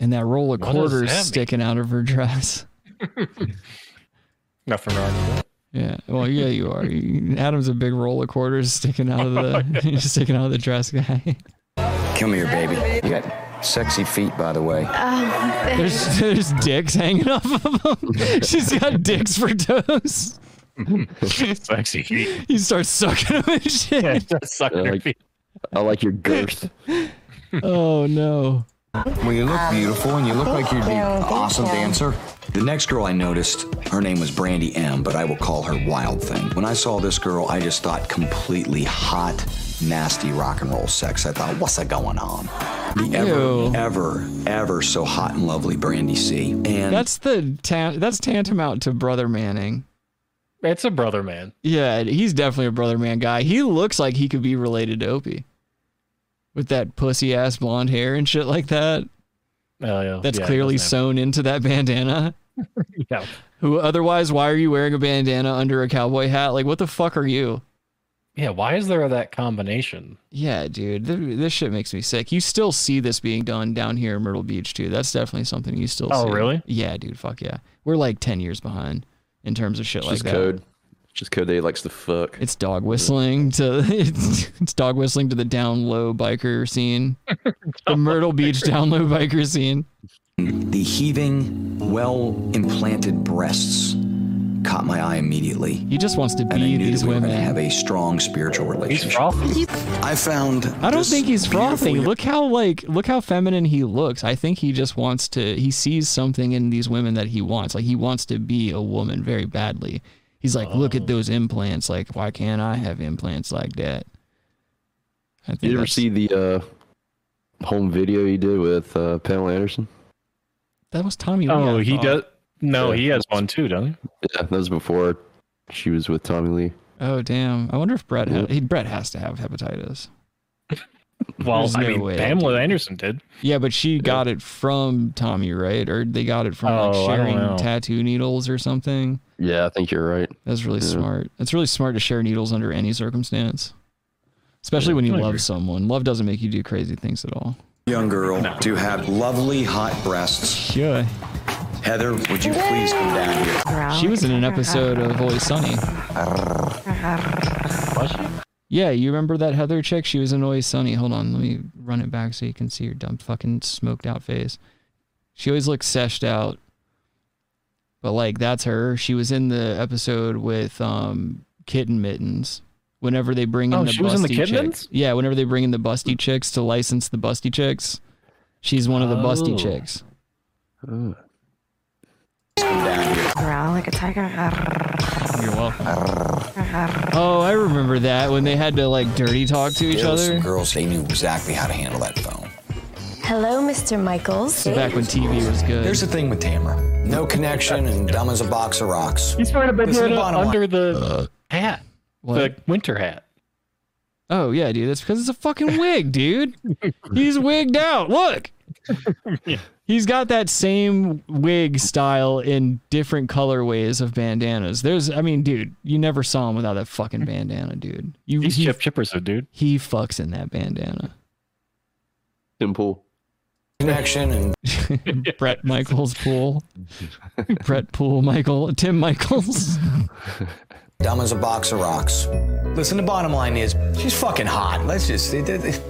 G: and that roll of
H: does
G: quarters
H: that mean?
G: sticking out of her dress.
H: nothing wrong with that.
G: Yeah. Well, yeah, you are. You- Adam's a big roll of quarters sticking out of the sticking out of the dress guy.
L: Come here, baby. You got sexy feet, by the way.
G: There's there's dicks hanging off of him. She's got dicks for toes.
H: Sexy.
G: He starts sucking them and shit.
H: Suck their
I: like-
H: feet.
I: I like your girth.
G: Oh no.
L: Well, you look beautiful and you look like you'd be an
M: thank
L: awesome
M: you.
L: dancer. The next girl I noticed, her name was Brandy M, but I will call her Wild Thing. When I saw this girl, I just thought completely hot, nasty rock and roll sex. I thought, what's that going on? The ever, ever, ever so hot and lovely Brandy C. And
G: That's the ta- that's tantamount to brother Manning.
H: It's a brother man.
G: Yeah, he's definitely a brother man guy. He looks like he could be related to Opie. With that pussy ass blonde hair and shit like that.
H: Oh yeah.
G: That's
H: Yeah,
G: clearly
H: doesn't
G: sewn into that bandana.
H: yeah.
G: Who otherwise why are you wearing a bandana under a cowboy hat? Like what the fuck are you?
H: Yeah, why is there that combination?
G: Yeah, dude, th- this shit makes me sick. You still see this being done down here in Myrtle Beach too. That's definitely something you still
H: Oh,
G: see.
H: really?
G: Yeah, dude, fuck yeah. We're like 10 years behind in terms of shit
I: It's
G: like
I: just
G: that.
I: code. It's Just code that he likes to fuck.
G: It's dog whistling to it's, it's dog whistling to the down low biker scene. the Myrtle Beach down low biker scene.
L: The heaving, well implanted breasts caught my eye immediately.
G: He just wants to be these women.
L: have a strong spiritual relationship. I found.
G: I don't think he's frothing. Look how like look how feminine he looks. I think he just wants to he sees something in these women that he wants. Like he wants to be a woman very badly. He's like, look
H: Oh.
G: at those implants. Like, why can't I have implants like that? I think
I: you ever
G: that's-
I: see the uh, home video he did with uh, Pamela Anderson?
G: That was Tommy. Lee,
H: Oh,
G: I
H: he
G: thought.
H: does. No, he has one too, doesn't
I: Yeah, that was before she was with Tommy Lee.
G: Oh damn! I wonder if Brett ha- he, Brett has to have hepatitis.
H: he? Well,
G: There's
H: I
G: no
H: mean,
G: way I
H: Pamela Anderson did.
G: Yeah, but she got it from Tommy, right? Or they got it from
H: Uh, Oh,
G: like
H: I don't know.
G: sharing tattoo needles or something.
I: Yeah, I think you're right.
G: That's really
I: Yeah.
G: smart. That's really smart to share needles under any circumstance, especially when you
L: I
G: love
L: agree.
G: someone. Love doesn't make you do crazy things at all.
L: Young girl to have lovely hot breasts.
G: Yeah.
L: Heather, would you please come down here?
H: Oh,
G: She was in an episode of Always Sunny.
H: Was she?
G: Yeah, you remember that Heather chick? She was in Always Sunny. Hold on, let me run it back so you can see her dumb fucking smoked out face. She always looks seshed out. But like that's her. She was in the episode with um Kitten Mittens. Whenever they bring in
H: Oh,
G: the
H: she
G: busty
H: was in the Kitten
G: chicks.
H: Mittens?
G: Yeah, whenever they bring in the busty chicks to license the busty chicks. She's one of the busty
I: Oh.
G: chicks.
M: Growl like a tiger.
G: You're welcome. Oh, I remember that when they had to like dirty talk to each
L: There were Some
G: other.
L: girls, they knew exactly how to handle that phone.
M: Hello, Mr. Michaels.
G: Back when TV was good.
L: Here's the thing with Tamara. No connection and dumb as a box of rocks.
H: He's wearing a
L: This is the
H: bandana
L: bottom line.
H: under the hat,
G: Uh, What?
H: the winter hat.
G: Oh yeah, dude. That's because it's a fucking wig, dude. He's wigged out. Look. He's got that same wig style in different colorways of bandanas. There's, I mean, dude, you never saw him without that fucking bandana, dude. You,
H: He's
G: he,
H: Chip Chippers, though, dude.
G: he fucks in that bandana.
I: Simple.
L: Connection and
G: Brett Michaels pool. Brett Pool Michael. Tim Michaels.
L: dumb as a box of rocks. Listen, the bottom line is she's fucking hot. Let's just. It, it- it-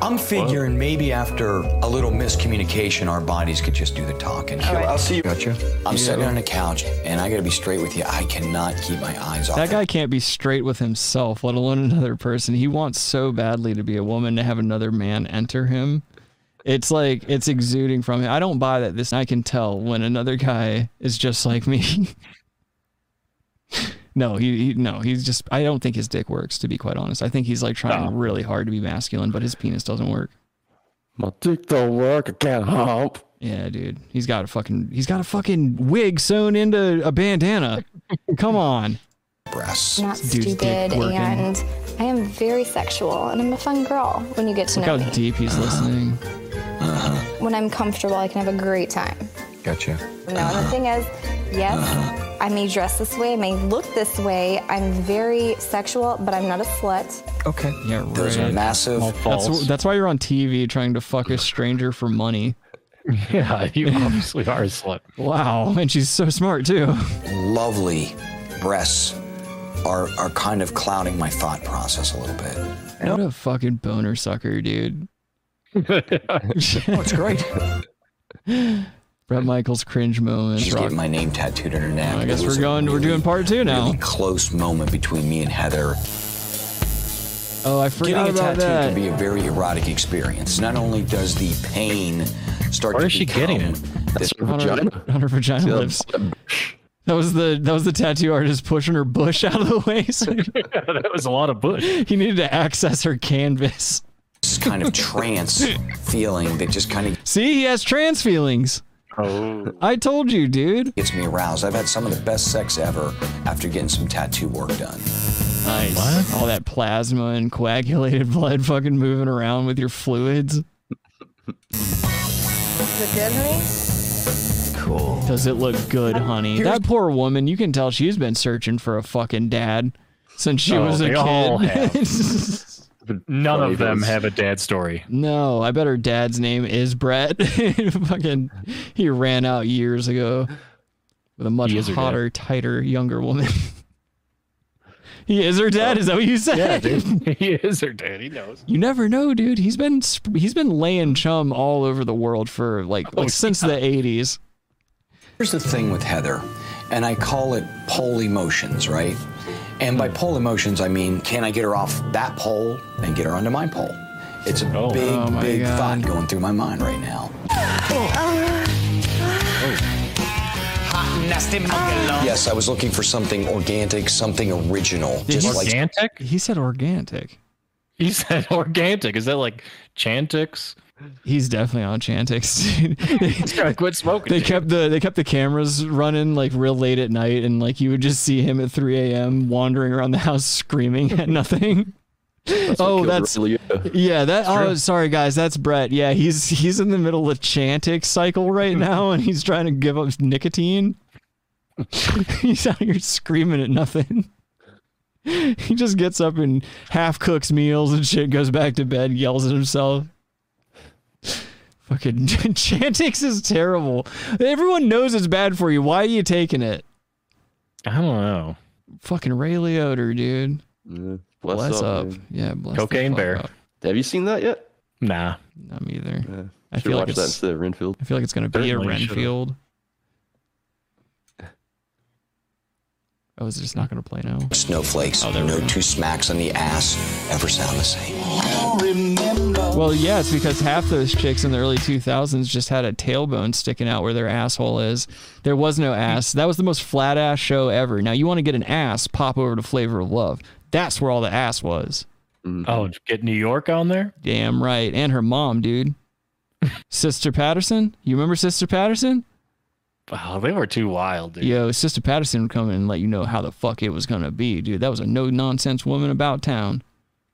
L: I'm figuring maybe after a little miscommunication, our bodies could just do the talking. I'll see you. Gotcha. I'm sitting on the couch, and I gotta be straight with you. I cannot keep my eyes off.
G: That guy can't be straight with himself, let alone another person. He wants so badly to be a woman to have another man enter him. It's like it's exuding from him. I don't buy that. This I can tell when another guy is just like me. no, he, he no, he's just. I don't think his dick works. To be quite honest, I think he's like trying really hard to be masculine, but his penis doesn't work.
I: My dick don't work. I can't hump.
G: Yeah, dude, he's got a fucking he's got a fucking wig sewn into a bandana. Come on,
L: breasts.
N: not
G: Dude's dick
N: stupid
G: working.
N: and I am very sexual and I'm a fun girl when you get to
G: Look
N: know
G: how
N: me.
G: deep he's listening.
N: When I'm comfortable, I can have a great time.
L: Gotcha. Uh-huh.
N: You know, and the thing is, yes, I may dress this way, I may look this way. I'm very sexual, but I'm not a slut.
L: Okay.
G: Yeah, right.
L: Those are massive.
G: That's, that's why you're on TV trying to fuck a stranger for money.
H: Yeah, you obviously are a slut.
G: Wow, and she's so smart too.
L: lovely breasts are are kind of clouding my thought process a little bit.
G: What a fucking boner sucker, dude.
L: Oh, it's great.
G: Brett Michaels cringe moment.
L: She's
G: Rock-
L: getting my name tattooed on her neck.
G: I guess
L: It was
G: we're
L: a
G: going. We're doing part two now.
L: really close moment between me and Heather.
G: Oh, I forgot
L: Getting a
G: about
L: tattoo
G: that.
L: can be a very erotic experience. Not only does the pain start
G: Where
L: to
G: is she
L: become
G: getting it?
L: This
G: on her, on Oh, her vagina lips. That was the that was the tattoo artist pushing her bush out of the way. So
H: that was a lot of bush.
G: He needed to access her canvas.
L: This kind of trance feeling that just kind of
G: See, he has trans feelings.
L: Oh.
G: I told you, dude.
L: Gets me aroused. I've had some of the best sex ever after getting some tattoo work done.
G: Nice. All that plasma and coagulated blood fucking moving around with your fluids.
N: Is it good, honey?
G: Cool. Does it look good, honey?
N: Here's-
G: that poor woman, you can tell she's been searching for a fucking dad since she
H: Oh,
G: was a
H: they all
G: kid.
H: None
G: Funny
H: of them
G: those-
H: have a dad story.
G: no, I bet her dad's name is Brett. fucking, he ran out years ago with a much
H: He is her dad.
G: hotter, tighter, younger woman. he is her dad. Is that what you said?
H: Yeah, dude. he is her dad. He knows.
G: You never know, dude. He's been sp- he's been laying chum all over the world for like,
H: Oh,
G: like since the '80s.
L: Here's the thing with Heather, and I call it pole emotions, right? And by pole emotions, I mean, can I get her off that pole and get her onto my pole? It's a big,
G: Oh my
L: big
G: God.
L: thought going through my mind right now.
K: Hot, nasty, muggle.
L: Yes, I was looking for something organic, something original.
G: Did he-
H: Organic?
G: He said organic.
H: He said organic. Is that like Chantix?
G: He's definitely on Chantix.
H: dude. Quit smoking.
G: they
H: dude.
G: kept the they kept the cameras running like real late at night, and like you would just see him at 3 a.m. wandering around the house screaming at nothing. oh, that's yeah. That oh, sorry guys, that's Brett. Yeah, he's he's in the middle of Chantix cycle right now, and he's trying to give up nicotine. he's out here screaming at nothing. He just gets up and half cooks meals and shit, goes back to bed, yells at himself. Fucking Chantix is terrible. Everyone knows it's bad for you. Why are you taking it?
H: I don't know.
G: Fucking Ray Liotta, dude. Bless, up.
I: man.
G: Yeah, bless the
I: Cocaine
G: fuck
I: Bear.
G: up.
I: Have you seen that yet?
H: Nah.
G: Not me either. I
I: should
G: feel like
I: watch that
G: it's
I: instead of Renfield.
G: I feel like it's gonna be a
I: Certainly should've.
G: Renfield. Oh, is it just not gonna play now?
L: Snowflakes, no two smacks on the ass ever sound the same.
G: Well, yeah, it's because half those chicks in the early 2000s just had a tailbone sticking out where their asshole is. There was no ass. That was the most flat ass show ever. Now, you want to get an ass, pop over to Flavor of Love. That's where all the ass was.
H: Oh, get New York on there?
G: Damn right. And her mom, dude. Sister Patterson. You remember Sister Patterson?
H: Wow, they were too wild, dude.
G: Yo, Sister Patterson would come in and let you know how the fuck it was going to be, dude. That was a no nonsense woman about town.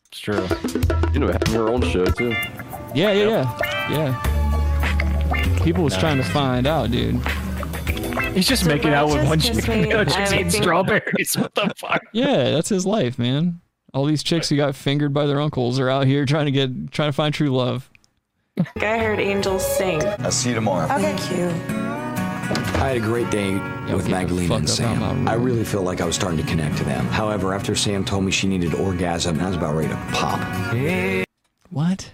H: It's true.
I: You know, having her own show too.
G: Yeah, yeah, yeah. Yeah. People was trying to find out, dude.
H: He's just making out with one chick.
G: way
H: The other
G: of
H: chick's eating
G: everything.
H: strawberries. What the fuck?
G: Yeah, that's his life, man. All these chicks who got fingered by their uncles are out here trying to get trying to find true love.
O: I heard angels sing.
L: I'll see you tomorrow.
O: Thank you.
L: I had a great day with Magdalena and Sam. I really feel like I was starting to connect to them. However, after Sam told me she needed orgasm, I was about ready to pop.
G: What?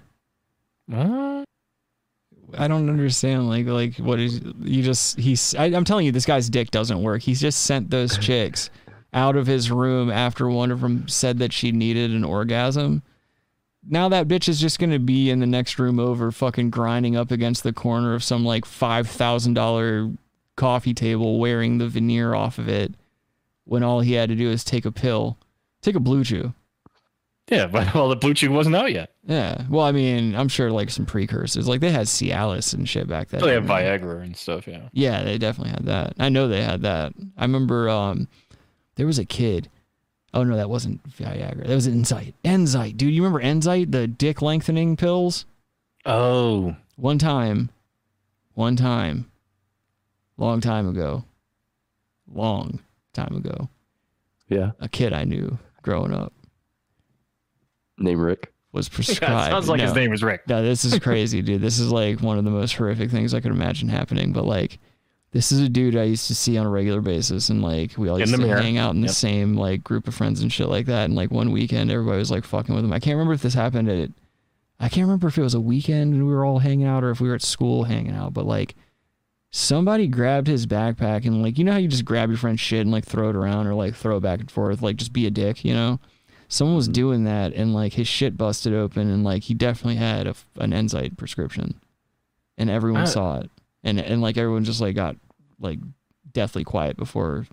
G: I don't understand. Like, like what is you just he's? I, I'm telling you, this guy's dick doesn't work. He's just sent those chicks out of his room after one of them said that she needed an orgasm. Now that bitch is just gonna be in the next room over, fucking grinding up against the corner of some like five thousand dollar coffee table, wearing the veneer off of it. When all he had to do is take a pill, take a blue chew.
H: Yeah, but well, the blue chew wasn't out yet.
G: Yeah. Well, I mean, I'm sure like some precursors. Like they had Cialis and shit back then.
H: They have Viagra and stuff, yeah.
G: Yeah, they definitely had that. I know they had that. I remember um there was a kid. Oh no, that wasn't Viagra. That was Enzyte. Enzyte, dude. You remember Enzyte, the dick lengthening pills?
H: Oh.
G: One time. One time. Long time ago. Long time ago.
I: Yeah.
G: A kid I knew growing up
I: Name Rick.
G: was prescribed.
H: Yeah, it sounds like his
G: No.
H: name was Rick.
G: No, this is crazy, dude. This is like one of the most horrific things I could imagine happening. But like, this is a dude I used to see on a regular basis, and like we all
H: In
G: used
H: the
G: to
H: mirror.
G: hang out in the
H: Yep.
G: same like group of friends and shit like that. And like one weekend, everybody was like fucking with him. I can't remember if this happened at, I can't remember if it was a weekend and we were all hanging out or if we were at school hanging out. But like, somebody grabbed his backpack and like you know how you just grab your friend's shit and like throw it around or like throw it back and forth, like just be a dick, you know? someone was doing that and like his shit busted open and like he definitely had a, an enzyme prescription and everyone
H: Uh.
G: saw it and and like everyone just like got like deathly quiet before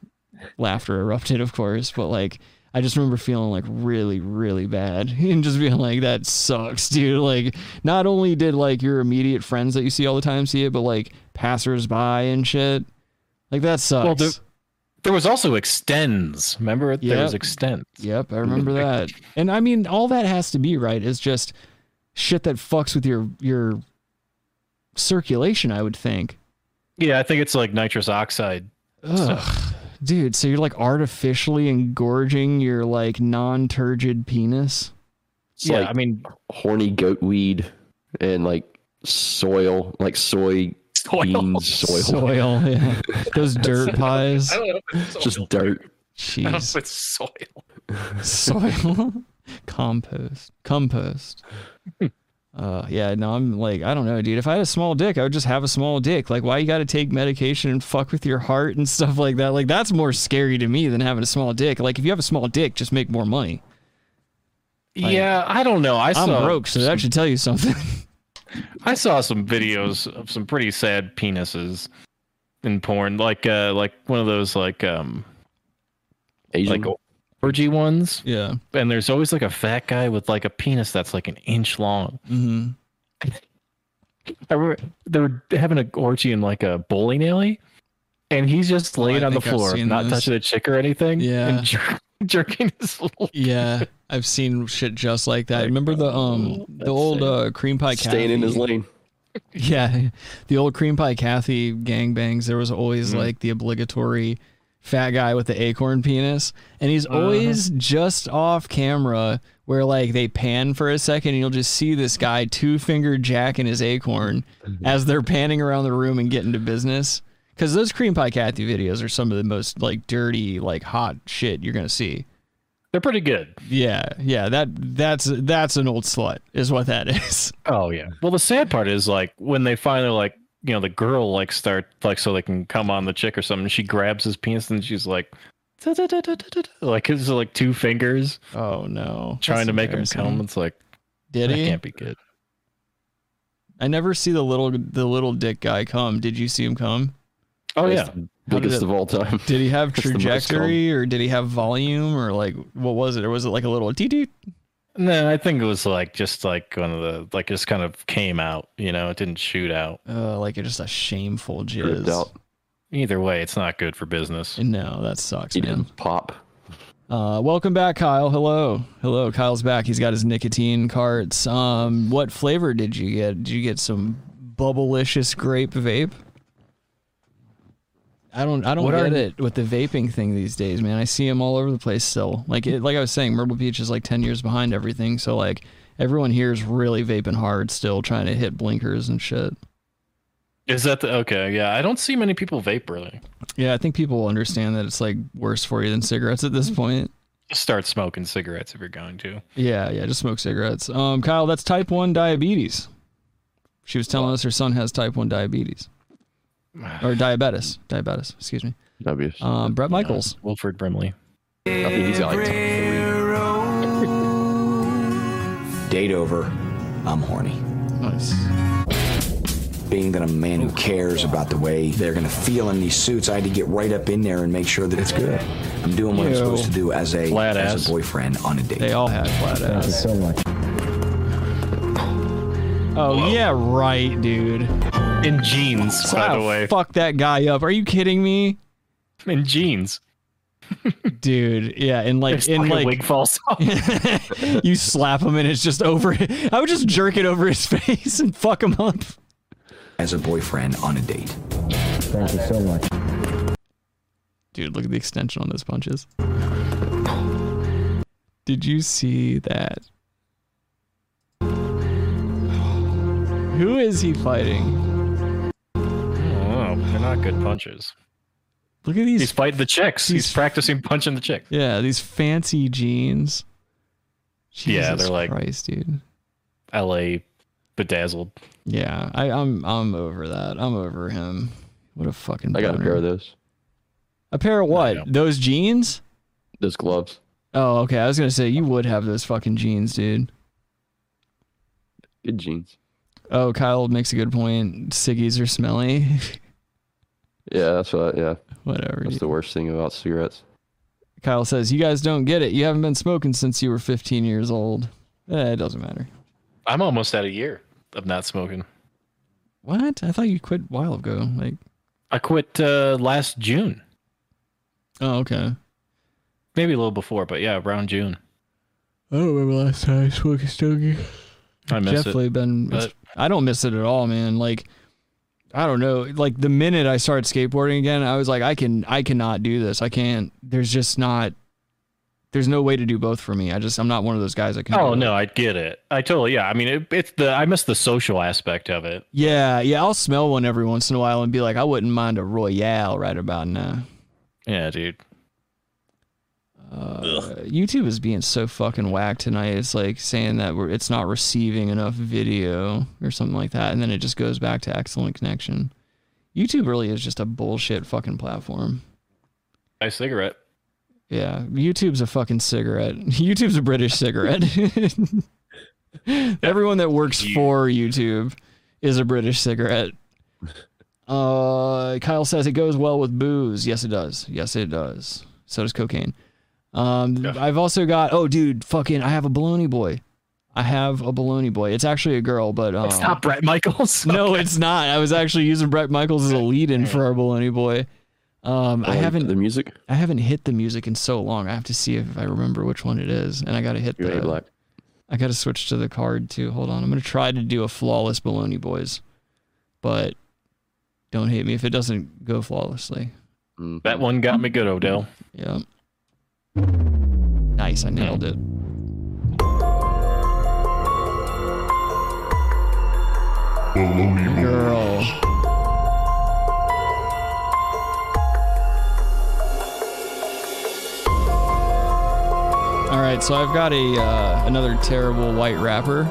G: laughter erupted of course but like I just remember feeling like really really bad and just being like that sucks dude like not only did like your immediate friends that you see all the time see it but like passersby and shit like that sucks
H: Well, there, there was also extends. Remember, there was
G: Yep.
H: extends.
G: Yep, I remember that. And I mean, all that has to be right is just shit that fucks with your your circulation. I would think.
H: Yeah, I think it's like nitrous oxide.
G: Ugh, dude. So you're like artificially engorging your like non-turgid penis.
I: It's like
H: mean,
I: horny goat weed and like soil, like soy beans, soil,
G: Soil. Yeah. Those dirt pies.
I: just dirt.
G: Jeez.
H: With soil.
G: soil compost compost uh yeah no i'm like i don't know dude if i had a small dick i would just have a small dick like why you gotta take medication and fuck with your heart and stuff like that like that's more scary to me than having a small dick like if you have a small dick just make more money Like,
H: yeah, I don't know. I
G: i'm
H: saw
G: broke so that should tell you something
H: I saw some videos of some pretty sad penises in porn, like uh, like one of those like um,
I: Asian?
H: like orgy ones.
G: Yeah,
H: and there's always like a fat guy with like a penis that's like an inch long.
G: mm-hmm.
H: I remember they were having an orgy in like a bowling alley, and he's just laying on the
G: Oh, think I've
H: floor,
G: seen
H: not
G: this.
H: touching a chick or anything.
G: Yeah.
H: and jer- jerking his. Little
G: yeah i've seen shit just like that remember the
I: oh,
G: um the old uh cream pie
I: Staying in his lane.
G: Yeah, the old cream pie Kathy gangbangs. There was always
H: Mm.
G: like the obligatory fat guy with the acorn penis, and he's
H: Uh-huh.
G: always just off camera where like they pan for a second, and you'll just see this guy two finger jacking his acorn as they're panning around the room and getting to business. Because those cream pie Kathy videos are some of the most like dirty, like hot shit you're gonna see.
H: They're pretty good.
G: Yeah, yeah. That that's that's an old slut is what that is.
H: Oh yeah. Well, the sad part is like when they finally like you know the girl like start like so they can come on the chick or something. She grabs his penis and she's like, "Da-da-da-da-da-da-da," like it's like two fingers.
G: Oh no!
H: Trying
G: That's
H: to make him
G: embarrassing.
H: come. It's like
G: Did
H: that
G: he?
H: Can't be good.
G: I never see the little the little dick guy come. Did you see him come?
H: Oh
I: It's
H: yeah.
I: the
G: How did
I: biggest
G: it-
I: of all time.
G: Did he have
I: That's the most
G: trajectory or did he have volume or like what was it? Or was it like a little dee dee?
H: No, I think it was like just like one of the like just kind of came out. You know, it didn't shoot out.
G: Uh, like just a shameful
I: Ripped
G: jizz.
I: out.
H: Either way, it's not good for business.
G: No, that sucks,
I: He
G: man.
I: didn't pop.
G: Uh, welcome back, Kyle. Hello, hello. Kyle's back. He's got his nicotine carts. Um, what flavor did you get? Did you get some bubblicious grape vape? I don't, I don't
H: What
G: get
H: are-
G: it with the vaping thing these days, man. I see them all over the place still. Like, it, like I was saying, Myrtle Beach is like ten years behind everything. So like, everyone here is really vaping hard still, trying to hit blinkers and shit.
H: Is that the okay? Yeah, I don't see many people vape really.
G: Yeah, I think people will understand that it's like worse for you than cigarettes at this point.
H: Just start smoking cigarettes if you're going to.
G: Yeah, yeah, just smoke cigarettes. Um, Kyle, that's type one diabetes. She was telling us her son has type one diabetes or diabetes, diabetes. Excuse me.
I: Obvious.
G: Um, Brett Michaels.
H: Wilfred Brimley.
I: I think he's got like
L: Date over. I'm horny.
G: Nice.
L: Being that I'm a man who cares about the way they're gonna feel in these suits, I had to get right up in there and make sure that it's good. I'm doing what I'm
G: Ew.
L: supposed to do as a
H: Flat
L: as
H: ass.
L: a boyfriend on a date.
G: They all had flat ass. so much. Oh yeah, right, dude.
H: In jeans, by
G: Wow,
H: the way.
G: fuck that guy up. Are you kidding me,
H: In jeans.
G: dude? Yeah, and like
H: His
G: in
H: fucking
G: like
H: wig falls off.
G: you slap him and it's just over. I would just jerk it over his face and fuck him up.
L: As a boyfriend on a date.
G: Dude, look at the extension on those punches. Did you see that? Who is he fighting?
H: Oh, they're not good punches.
G: Look at these.
H: He's fighting the chicks. He's,
G: he's-
H: practicing punching the chick.
G: yeah, these fancy jeans.
H: Yeah,
G: Jesus
H: they're like-
G: Christ, dude.
H: L.A. bedazzled.
G: Yeah, I, I'm I'm over that. I'm over him. What a fucking.
I: I got a
G: boner.
I: pair of those.
G: A pair of what?
H: know.
G: Those jeans?
I: Those gloves.
G: Oh, okay. I was gonna say you would have those fucking jeans, dude.
I: Good jeans.
G: Oh, Kyle makes a good point. Ciggies are smelly.
I: Yeah, that's what. Yeah.
G: Whatever.
I: That's the worst thing about cigarettes.
G: Kyle says, "You guys don't get it. You haven't been smoking since you were 15 years old." Eh, it doesn't matter.
H: I'm almost at a year of not smoking.
G: What? I thought you quit a while ago. Like,
H: I quit uh, last June.
G: oh, okay.
H: Maybe a little before, but yeah, around June.
G: I don't remember last time I smoked a stogie.
H: I miss it,
G: definitely been.
H: but-
G: I don't miss it at all, man. Like, I don't know. Like the minute I started skateboarding again, I was like, I can, I cannot do this. I can't. There's just not. There's no way to do both for me. I just, I'm not one of those guys that can.
H: Oh no, I get it. I totally yeah. I mean, it, it's the I miss the social aspect of it.
G: Yeah, yeah. I'll smell one every once in a while and be like, I wouldn't mind a royale right about now.
H: Yeah, dude.
G: Uh, YouTube is being so fucking whack tonight. It's like saying that we're, it's not receiving enough video or something like that, and then it just goes back to excellent connection. YouTube really is just a bullshit fucking platform.
H: Nice cigarette.
G: Yeah, YouTube's a fucking cigarette. YouTube's a British cigarette. Everyone that works for YouTube is a British cigarette. Uh, Kyle says it goes well with booze. Yes, it does. Yes, it does. So does cocaine. Um, I've also got. Oh, dude, fucking, I have a baloney boy. I have a baloney boy. It's actually a girl, but um,
H: It's not Brett Michaels.
G: No, it's not. I was actually using Brett Michaels as a lead-in for our baloney boy. Um, I
I: Oh,
G: haven't
I: the music.
G: I haven't hit the music in so long. I have to see if I remember which one it is, and I gotta hit
I: You're
G: the.
I: black.
G: I gotta switch to the card too. Hold on, I'm gonna try to do a flawless baloney boys, but don't hate me if it doesn't go flawlessly.
H: That one got me good, Odell.
G: Yeah. Nice, I nailed it. Girl. All right, so I've got a uh, another terrible white wrapper,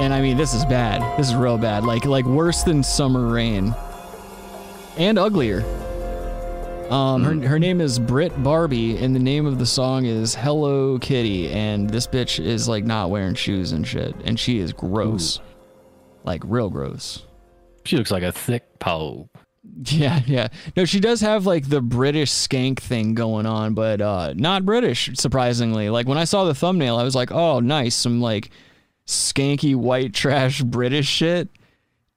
G: and I mean this is bad. This is real bad. Like like worse than summer rain, and uglier. Um, her, her name is Britt Barbie, and the name of the song is Hello Kitty. And this bitch is like not wearing shoes and shit, and she is gross, like real gross.
H: She looks like a thick pole.
G: Yeah, yeah. No, she does have like the British skank thing going on, but uh not British, surprisingly. Like when I saw the thumbnail, I was like, "Oh, nice, some like skanky white trash British shit."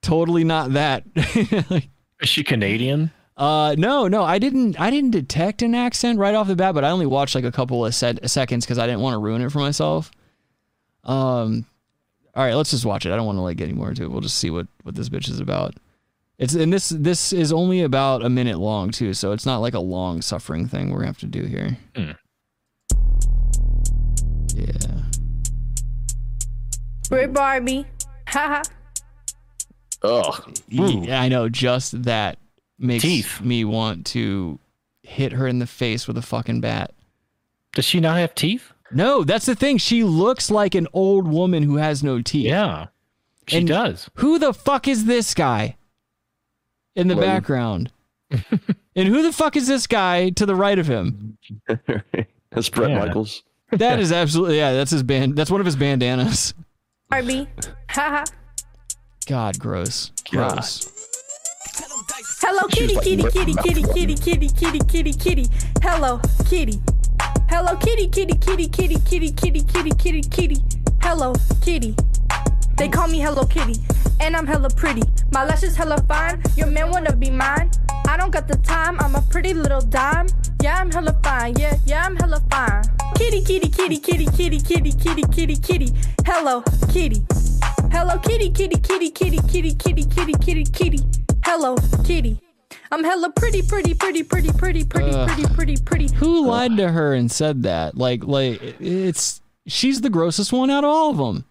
G: Totally not that.
H: Is she Canadian?
G: Uh no, no, I didn't I didn't detect an accent right off the bat, but I only watched like a couple of sed- seconds cuz I didn't want to ruin it for myself. Um all right, let's just watch it. I don't want to like get any more into it. We'll just see what what this bitch is about. It's and this this is only about a minute long too, so it's not like a long suffering thing we're going to have to do here. Yeah.
P: Brit Barbie. Haha.
I: Ugh.
G: Yeah, I know. Just that makes me want to hit her in the face with a fucking bat.
H: Does she not have teeth?
G: No, that's the thing. She looks like an old woman who has no teeth.
H: Yeah, she does.
G: Who the fuck is this guy in the
H: Logan.
G: background? and who the fuck is this guy to the right of him?
I: That's Brett Michaels.
G: That is absolutely yeah. That's his band. That's one of his bandanas.
P: Barbie. Haha.
G: God, gross,
P: God.
G: gross.
P: Hello, kitty, kitty, kitty, kitty, kitty, kitty, kitty, kitty, kitty. Hello, kitty. Hello, kitty, kitty, kitty, kitty, kitty, kitty, kitty, kitty, kitty. Hello, kitty. They call me Hello Kitty, and I'm hella pretty. My lashes hella fine. Your man wanna be mine. I don't got the time. I'm a pretty little dime. Yeah, I'm hella fine. Yeah, yeah, I'm hella fine. Kitty, kitty, kitty, kitty, kitty, kitty, kitty, kitty, kitty. Hello, kitty. Hello, kitty, kitty, kitty, kitty, kitty, kitty, kitty, kitty, kitty. Hello, kitty. I'm hella pretty, pretty, pretty, pretty, pretty, pretty,
I: Uh,
G: Ugh.
P: pretty, pretty, pretty.
G: Who lied to her and said that? Like, like it's she's the grossest one out of all of them.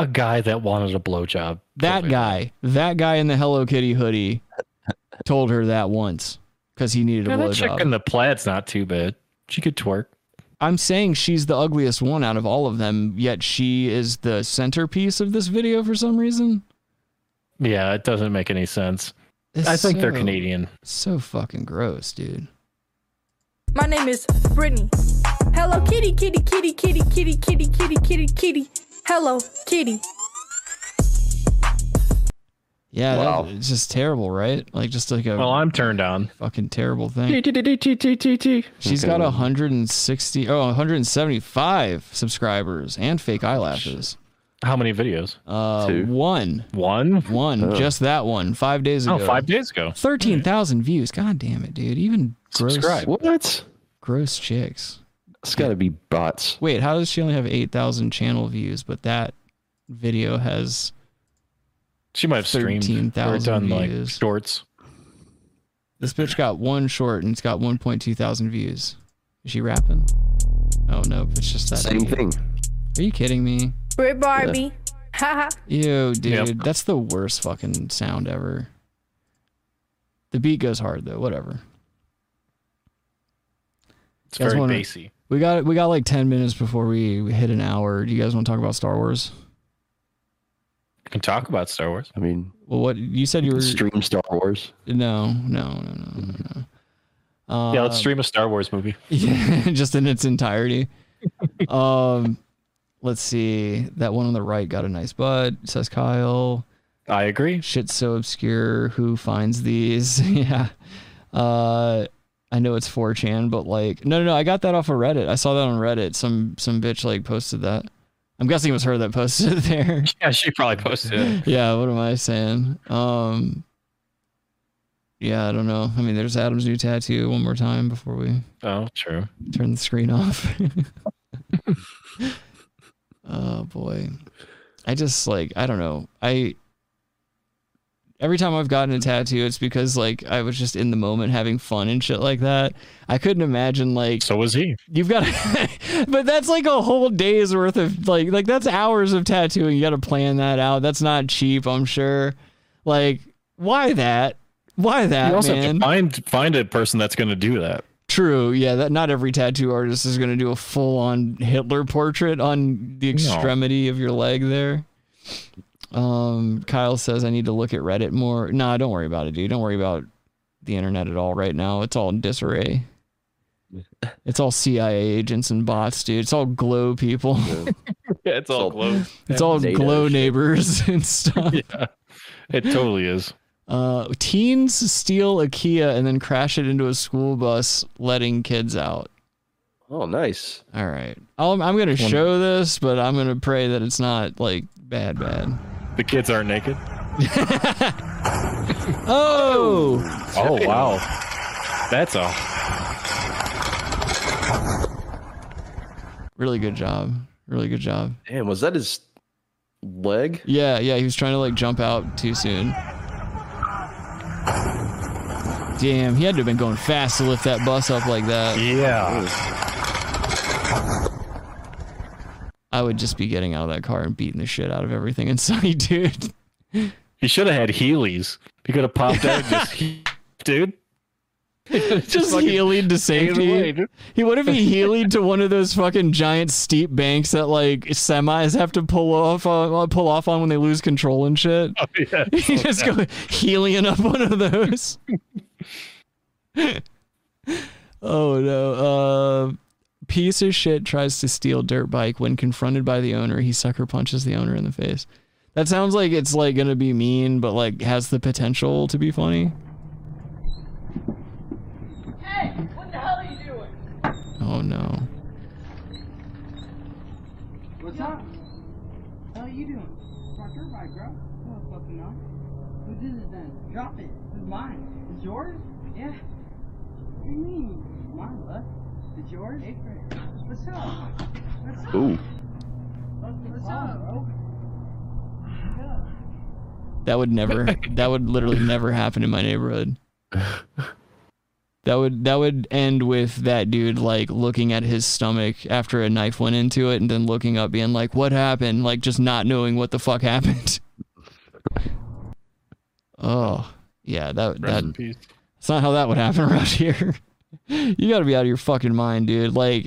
H: A guy that wanted a blowjob.
G: That guy, that guy in the Hello Kitty hoodie, told her that once because he needed
H: Yeah,
G: a
H: that chick
G: blowjob.
H: in the plaid's not too bad. She could twerk.
G: I'm saying she's the ugliest one out of all of them, yet she is the centerpiece of this video for some reason.
H: Yeah, it doesn't make any sense.
G: It's
H: I think they're
G: so-
H: Canadian.
G: So fucking gross, dude.
P: My name is Brittany. Hello kitty, kitty, kitty, kitty, kitty, kitty, kitty, kitty, kitty. Hello kitty.
G: Yeah, that- it's just terrible, right? Like just like a
H: Well, I'm turned on.
G: fucking terrible thing. She's
H: She's
G: got 160 oh 175 subscribers and fake eyelashes.
H: How many videos?
G: Uh
H: Two.
G: one.
H: One?
G: One.
H: Oh.
G: Just that one. 5 days ago.
H: Oh, five days ago.
G: 13,000 views. God damn it, dude. Even gross
I: Subscribe. What?
G: Gross chicks.
I: It's got to be bots.
G: Wait, how does she only have 8,000 channel views but that video has
H: She might have streamed or
G: 13,000
H: done like
G: views.
H: shorts.
G: This bitch got one short and it's got 1.2 thousand views. Is she rapping? Oh no, it's just that.
I: Same
G: beat.
I: thing.
G: Are you kidding me?
P: We're Barbie. Haha.
G: Ew, dude,
H: Yep.
G: that's the worst fucking sound ever. The beat goes hard though. Whatever.
H: It's
G: You guys
H: very
G: wanna-
H: bassy.
G: We got we got like 10 minutes before we hit an hour. Do you guys want to talk about Star Wars?
H: We can talk about Star Wars.
I: I mean,
G: Well, what you said you were
I: stream Star Wars.
G: No, no, no, no, no. no. Um,
H: yeah, let's stream a Star Wars movie.
G: Yeah, just in its entirety. um, let's see. That one on the right got a nice butt, says Kyle.
H: I agree.
G: Shit's so obscure. Who finds these? yeah. Uh, I know it's 4chan, but like, no, no, no. I got that off of Reddit. I saw that on Reddit. Some some bitch like posted that. I'm guessing it was her that posted it there.
H: Yeah, she probably posted it.
G: yeah. What am I saying? Um. Yeah, I don't know. I mean, there's Adam's new tattoo. One more time before we
H: Oh, true.
G: turn the screen off. oh boy. I just like I don't know. I every time I've gotten a tattoo it's because like I was just in the moment having fun and shit like that. I couldn't imagine like
H: So was he.
G: you've got But that's like a whole day's worth of like like that's hours of tattooing. You got to plan that out. That's not cheap, I'm sure. Like why that? Why that,
H: you also
G: man?
H: have to find find a person that's going to do that.
G: True. Yeah, that not every tattoo artist is going to do a full-on Hitler portrait on the extremity of your leg there. Um, Kyle says I need to look at Reddit more. Nah, don't worry about it, dude. Don't worry about the internet at all right now. It's all in disarray. It's all CIA agents and bots, dude. It's all glow people.
H: Yeah, it's all glow.
G: It's all
H: Data
G: glow
H: shit.
G: neighbors and stuff.
H: Yeah, it totally is.
G: Uh, teens steal a Kia and then crash it into a school bus, letting kids out.
I: Oh, nice.
G: All right. I'm, I'm going to show this, but I'm going to pray that it's not like bad, bad.
H: The kids aren't naked.
G: Oh,
H: Oh wow, that's a
G: really good job. Really good job.
I: Damn, was that his leg?
G: Yeah, yeah. He was trying to like jump out too soon. Damn, he had to have been going fast to lift that bus up like that.
H: Yeah.
G: I would just be getting out of that car and beating the shit out of everything inside, dude.
H: He should have had Heelys. He could have popped out, and just he- dude.
G: Just
H: fucking
G: healing to
H: take it away,
G: safety.
H: dude.
G: He what if he healing to one of those fucking giant steep banks that like semis have to pull off on, pull off on when they lose control and shit?
H: Oh, yeah.
G: He just go helium up one of those. oh no. Uh piece of shit tries to steal dirt bike when confronted by the owner, he sucker punches the owner in the face. That sounds like it's like gonna be mean, but like has the potential to be funny. Oh no.
Q: What's up? How you doing? Park your bike, bro. No fucking off. Whose is it then? Drop it. It's mine. It's yours? Yeah. What do you mean? It's mine, bud. It's yours? Hey, What's up? What's up?
I: Ooh.
Q: What's up, bro?
G: That would never that would literally never happen in my neighborhood. That would that would end with that dude like looking at his stomach after a knife went into it and then looking up being like what happened like just not knowing what the fuck happened. oh, yeah, that
H: Rest
G: that
H: in peace.
G: That's not how that would happen around here. you got to be out of your fucking mind, dude. Like,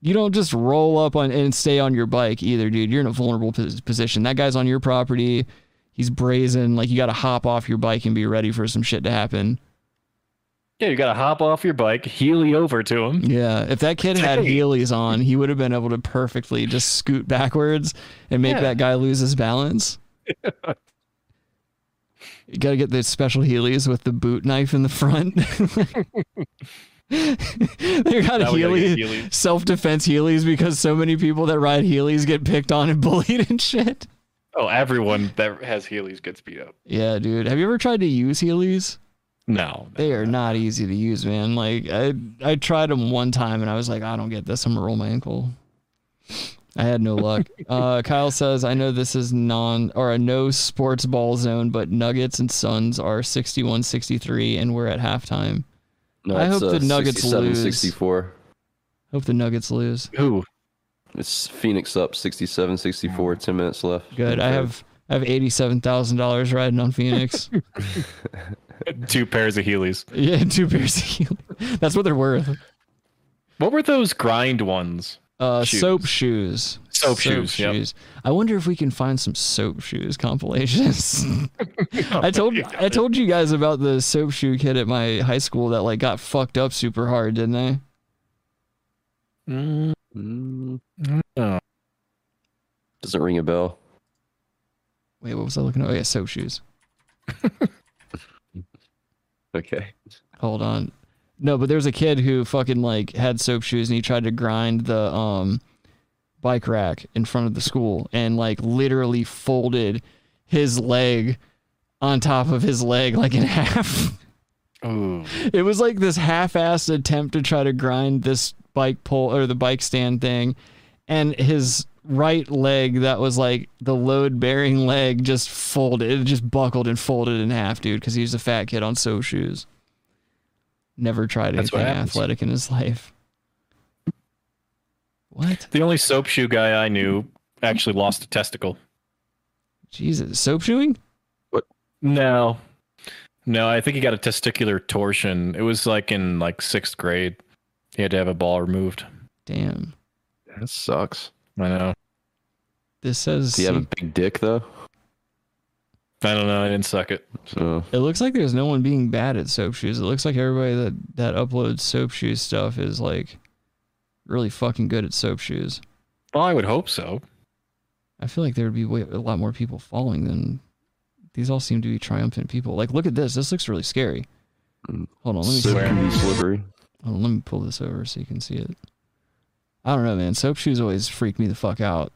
G: you don't just roll up on and stay on your bike either, dude. You're in a vulnerable pos- position. That guy's on your property. He's brazen. Like, you got to hop off your bike and be ready for some shit to happen.
H: Yeah, you got to hop off your bike, heely over to him.
G: Yeah, if that kid had Heelys on, he would have been able to perfectly just scoot backwards and make
H: Yeah.
G: that guy lose his balance. you gotta get the special Heelys with the boot knife in the front. they got
H: Now we gotta get
G: Heelys,
H: Heelys.
G: self defense Heelys because so many people that ride Heelys get picked on and bullied and shit.
H: Oh, everyone that has Heelys gets beat up.
G: Yeah, dude. Have you ever tried to use Heelys?
H: No.
G: They are not easy to use, man. Like I I tried them one time and I was like, I don't get this. I'm gonna roll my ankle. I had no luck. uh, Kyle says, I know this is non or a no sports ball zone, but Nuggets and Suns are 61 63 and we're at halftime. I
I: it's,
G: hope
I: uh,
G: the Nuggets
I: 67,
G: lose.
I: 64.
G: Hope the Nuggets lose.
H: Who?
I: It's Phoenix up 67 64, 10 minutes left.
G: Good. I have I have eighty seven thousand dollars riding on Phoenix.
H: Two pairs of Heelys.
G: yeah, two pairs of Heelys. That's what they're worth.
H: What were those grind ones?
G: Uh,
H: Shoes.
G: soap shoes.
H: Soap shoes, yep.
G: I wonder if we can find some soap shoes compilations. I told I told you guys about the soap shoe kid at my high school that like got fucked up super hard, didn't I?
I: Mm,
H: Uh.
I: Doesn't ring a bell.
G: Wait, what was I looking at? Oh yeah, soap shoes.
I: Okay.
G: Hold on. No, but there's a kid who fucking like had soap shoes and he tried to grind the um bike rack in front of the school and like literally folded his leg on top of his leg like in half.
H: Ooh.
G: It was like this half-assed attempt to try to grind this bike pole or the bike stand thing and his right leg that was like the load bearing leg just folded it just buckled and folded in half dude because he's a fat kid on so shoes never tried
H: That's
G: anything
H: what happens.
G: athletic in his life What?
H: The only soap shoe guy I knew actually lost a testicle.
G: jesus soap shoeing
H: No. No, I think he got a testicular torsion. It was like in like sixth grade. He had to have a ball removed.
G: Damn.
I: That sucks.
H: I know.
G: This says
I: Do you have a big dick though?
H: I don't know. I didn't suck it.
I: So
G: it looks like there's no one being bad at soap shoes it looks like everybody that that uploads soap shoes stuff is like really fucking good at soap shoes
H: Well, I would hope so.
G: I feel like there would be way, a lot more people following than these. All seem to be triumphant people. Like, look at this. This looks really scary.
I: Mm.
G: Hold on, let me
I: Soap
G: see.
I: can be slippery.
G: Hold on, let me pull this over so you can see it. I don't know, man. Soap shoes always freak me the fuck out.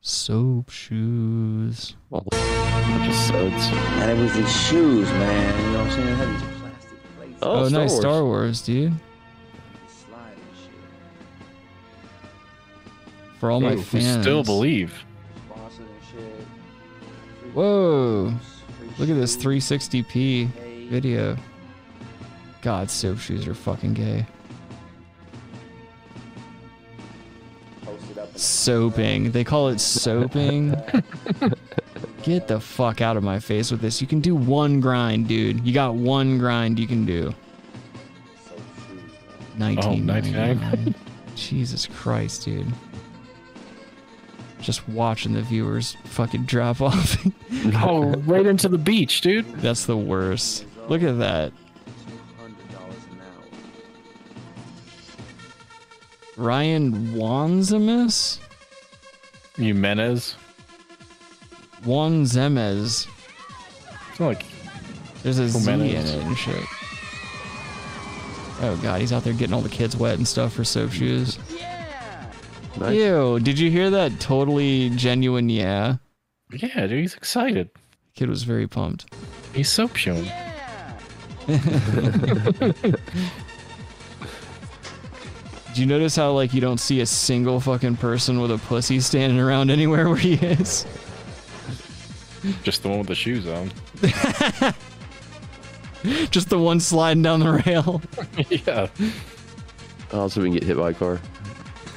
G: Soap shoes.
A: And it was these shoes, man. You know what I'm saying? They had these plastic plates.
G: Oh, nice Star Wars, dude. For all Oh my
H: Ooh, we
G: fans.
H: still believe.
A: Bosses and shit.
G: Whoa. Look at this 360p video. God, soap shoes are fucking gay. Soaping. They call it soaping. Get the fuck out of my face with this. You can do one grind, dude. You got one grind you can do. 19.
H: 99.
G: Jesus Christ, dude. Just watching the viewers fucking drop off.
H: oh, right into the beach, dude.
G: That's the worst. Look at that. Ryan Wanzemes?
H: Jimenez.
G: Wanzemes.
H: Like,
G: There's a Z in
H: Jimenez.
G: it and shit. Oh god, he's out there getting all the kids wet and stuff for soap shoes.
I: Nice.
G: Ew, did you hear that totally genuine yeah?
H: Yeah, dude, he's excited.
G: Kid was very pumped.
H: He's soap shown.
G: Do you notice how like you don't see a single fucking person with a pussy standing around anywhere where he is?
H: Just the one with the shoes on.
G: Just the one sliding down the rail.
H: yeah.
I: Also, we can get hit by a car.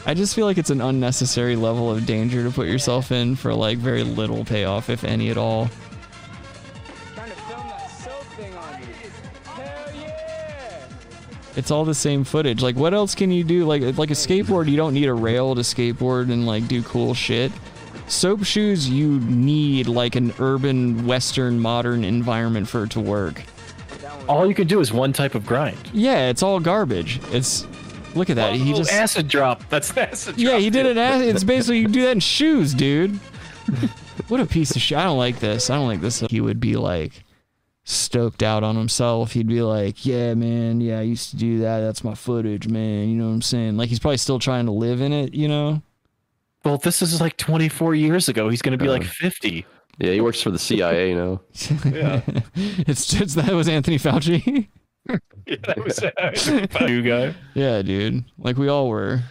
G: I just feel like it's an unnecessary level of danger to put yourself in for like very little payoff, if any at all. It's all the same footage. Like, what else can you do? Like, like a skateboard, you don't need a rail to skateboard and like do cool shit. Soap shoes, you need like an urban, western, modern environment for it to work.
H: All you can do is one type of grind.
G: Yeah, it's all garbage. It's look at that. he
H: Oh,
G: just
H: acid drop. That's the acid drop.
G: yeah, he did an acid. It's basically you can do that in shoes, dude. what a piece of shit. I don't like this. I don't like this. He would be like stoked out on himself. He'd be like, "Yeah, man. Yeah, I used to do that. That's my footage, man. You know what I'm saying?" Like he's probably still trying to live in it, you know?
H: Well, this is like 24 years ago. He's going to be like 50.
I: Yeah, he works for the CIA now.
H: Yeah.
G: it's, it's that was Anthony Fauci.
H: yeah, that was you guy.
G: Yeah, dude. Like we all were.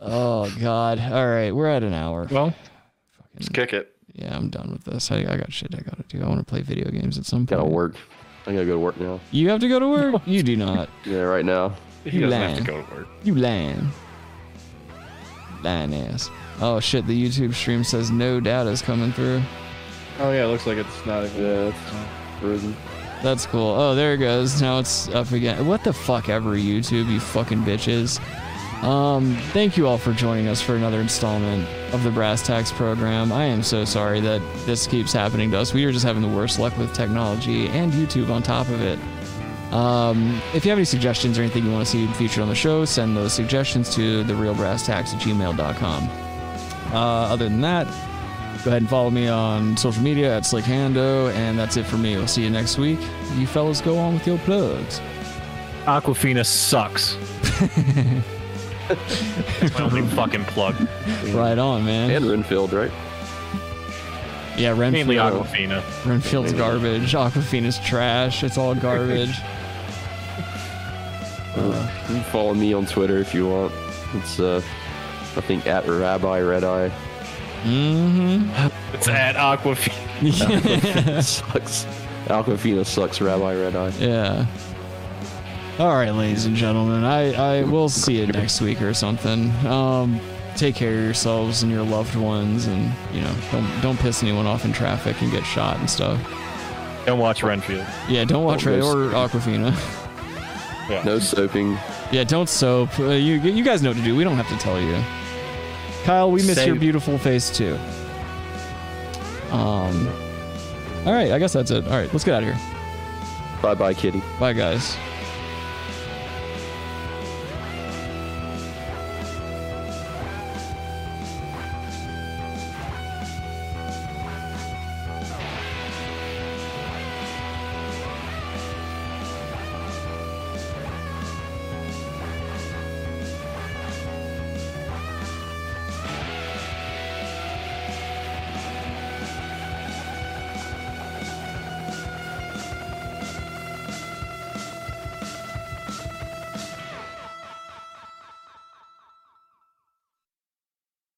G: oh God. All right, we're at an hour.
H: Well,
G: let's
H: kick it.
G: Yeah, I'm done with this. I, I got shit I gotta do. I want to play video games at some point.
I: Gotta work. I gotta go to work now.
G: You have to go to work. You do not.
I: Yeah, right now.
G: He You doesn't have to lying. go
H: to work.
G: You lying. Lying ass. Oh shit, the YouTube stream says no data's coming through.
R: Oh yeah, it looks like it's not even. Yeah, it's
I: frozen.
G: That's cool. Oh, there it goes. Now it's up again. What the fuck ever, YouTube, you fucking bitches. Um, thank you all for joining us for another installment of the Brass Tax program. I am so sorry that this keeps happening to us. We are just having the worst luck with technology and YouTube on top of it. Um, if you have any suggestions or anything you want to see featured on the show, send those suggestions to therealbrasstax at gmail.com. Uh, other than that, go ahead and follow me on social media at SlickHando, and that's it for me. We'll see you next week. You fellas go on with your plugs.
H: Aquafina sucks. That's my only fucking plug.
G: Right on, man.
I: And Renfield, right?
G: Yeah, Renfield.
H: Mainly Aquafina.
G: Renfield's garbage. Aquafina's trash. It's all garbage.
I: Uh, you can follow me on Twitter if you want. It's uh, I think at Rabbi Red Eye.
G: Mm-hmm.
H: It's at Aquafina.
I: Aquafina sucks. Aquafina sucks. Rabbi Red Eye.
G: Yeah. All right, ladies and gentlemen. I I will see you next week or something. Um, take care of yourselves and your loved ones, and you know, don't don't piss anyone off in traffic and get shot and stuff.
H: Don't watch Renfield.
G: Yeah, don't watch Ray or Aquafina.
I: No soaping.
G: Yeah, don't soap. Uh, you you guys know what to do. We don't have to tell you. Kyle, we miss
H: Save-
G: your beautiful face too. Um. All right, I guess that's it. All right, let's get out of here.
I: Bye bye, kitty.
G: Bye, guys.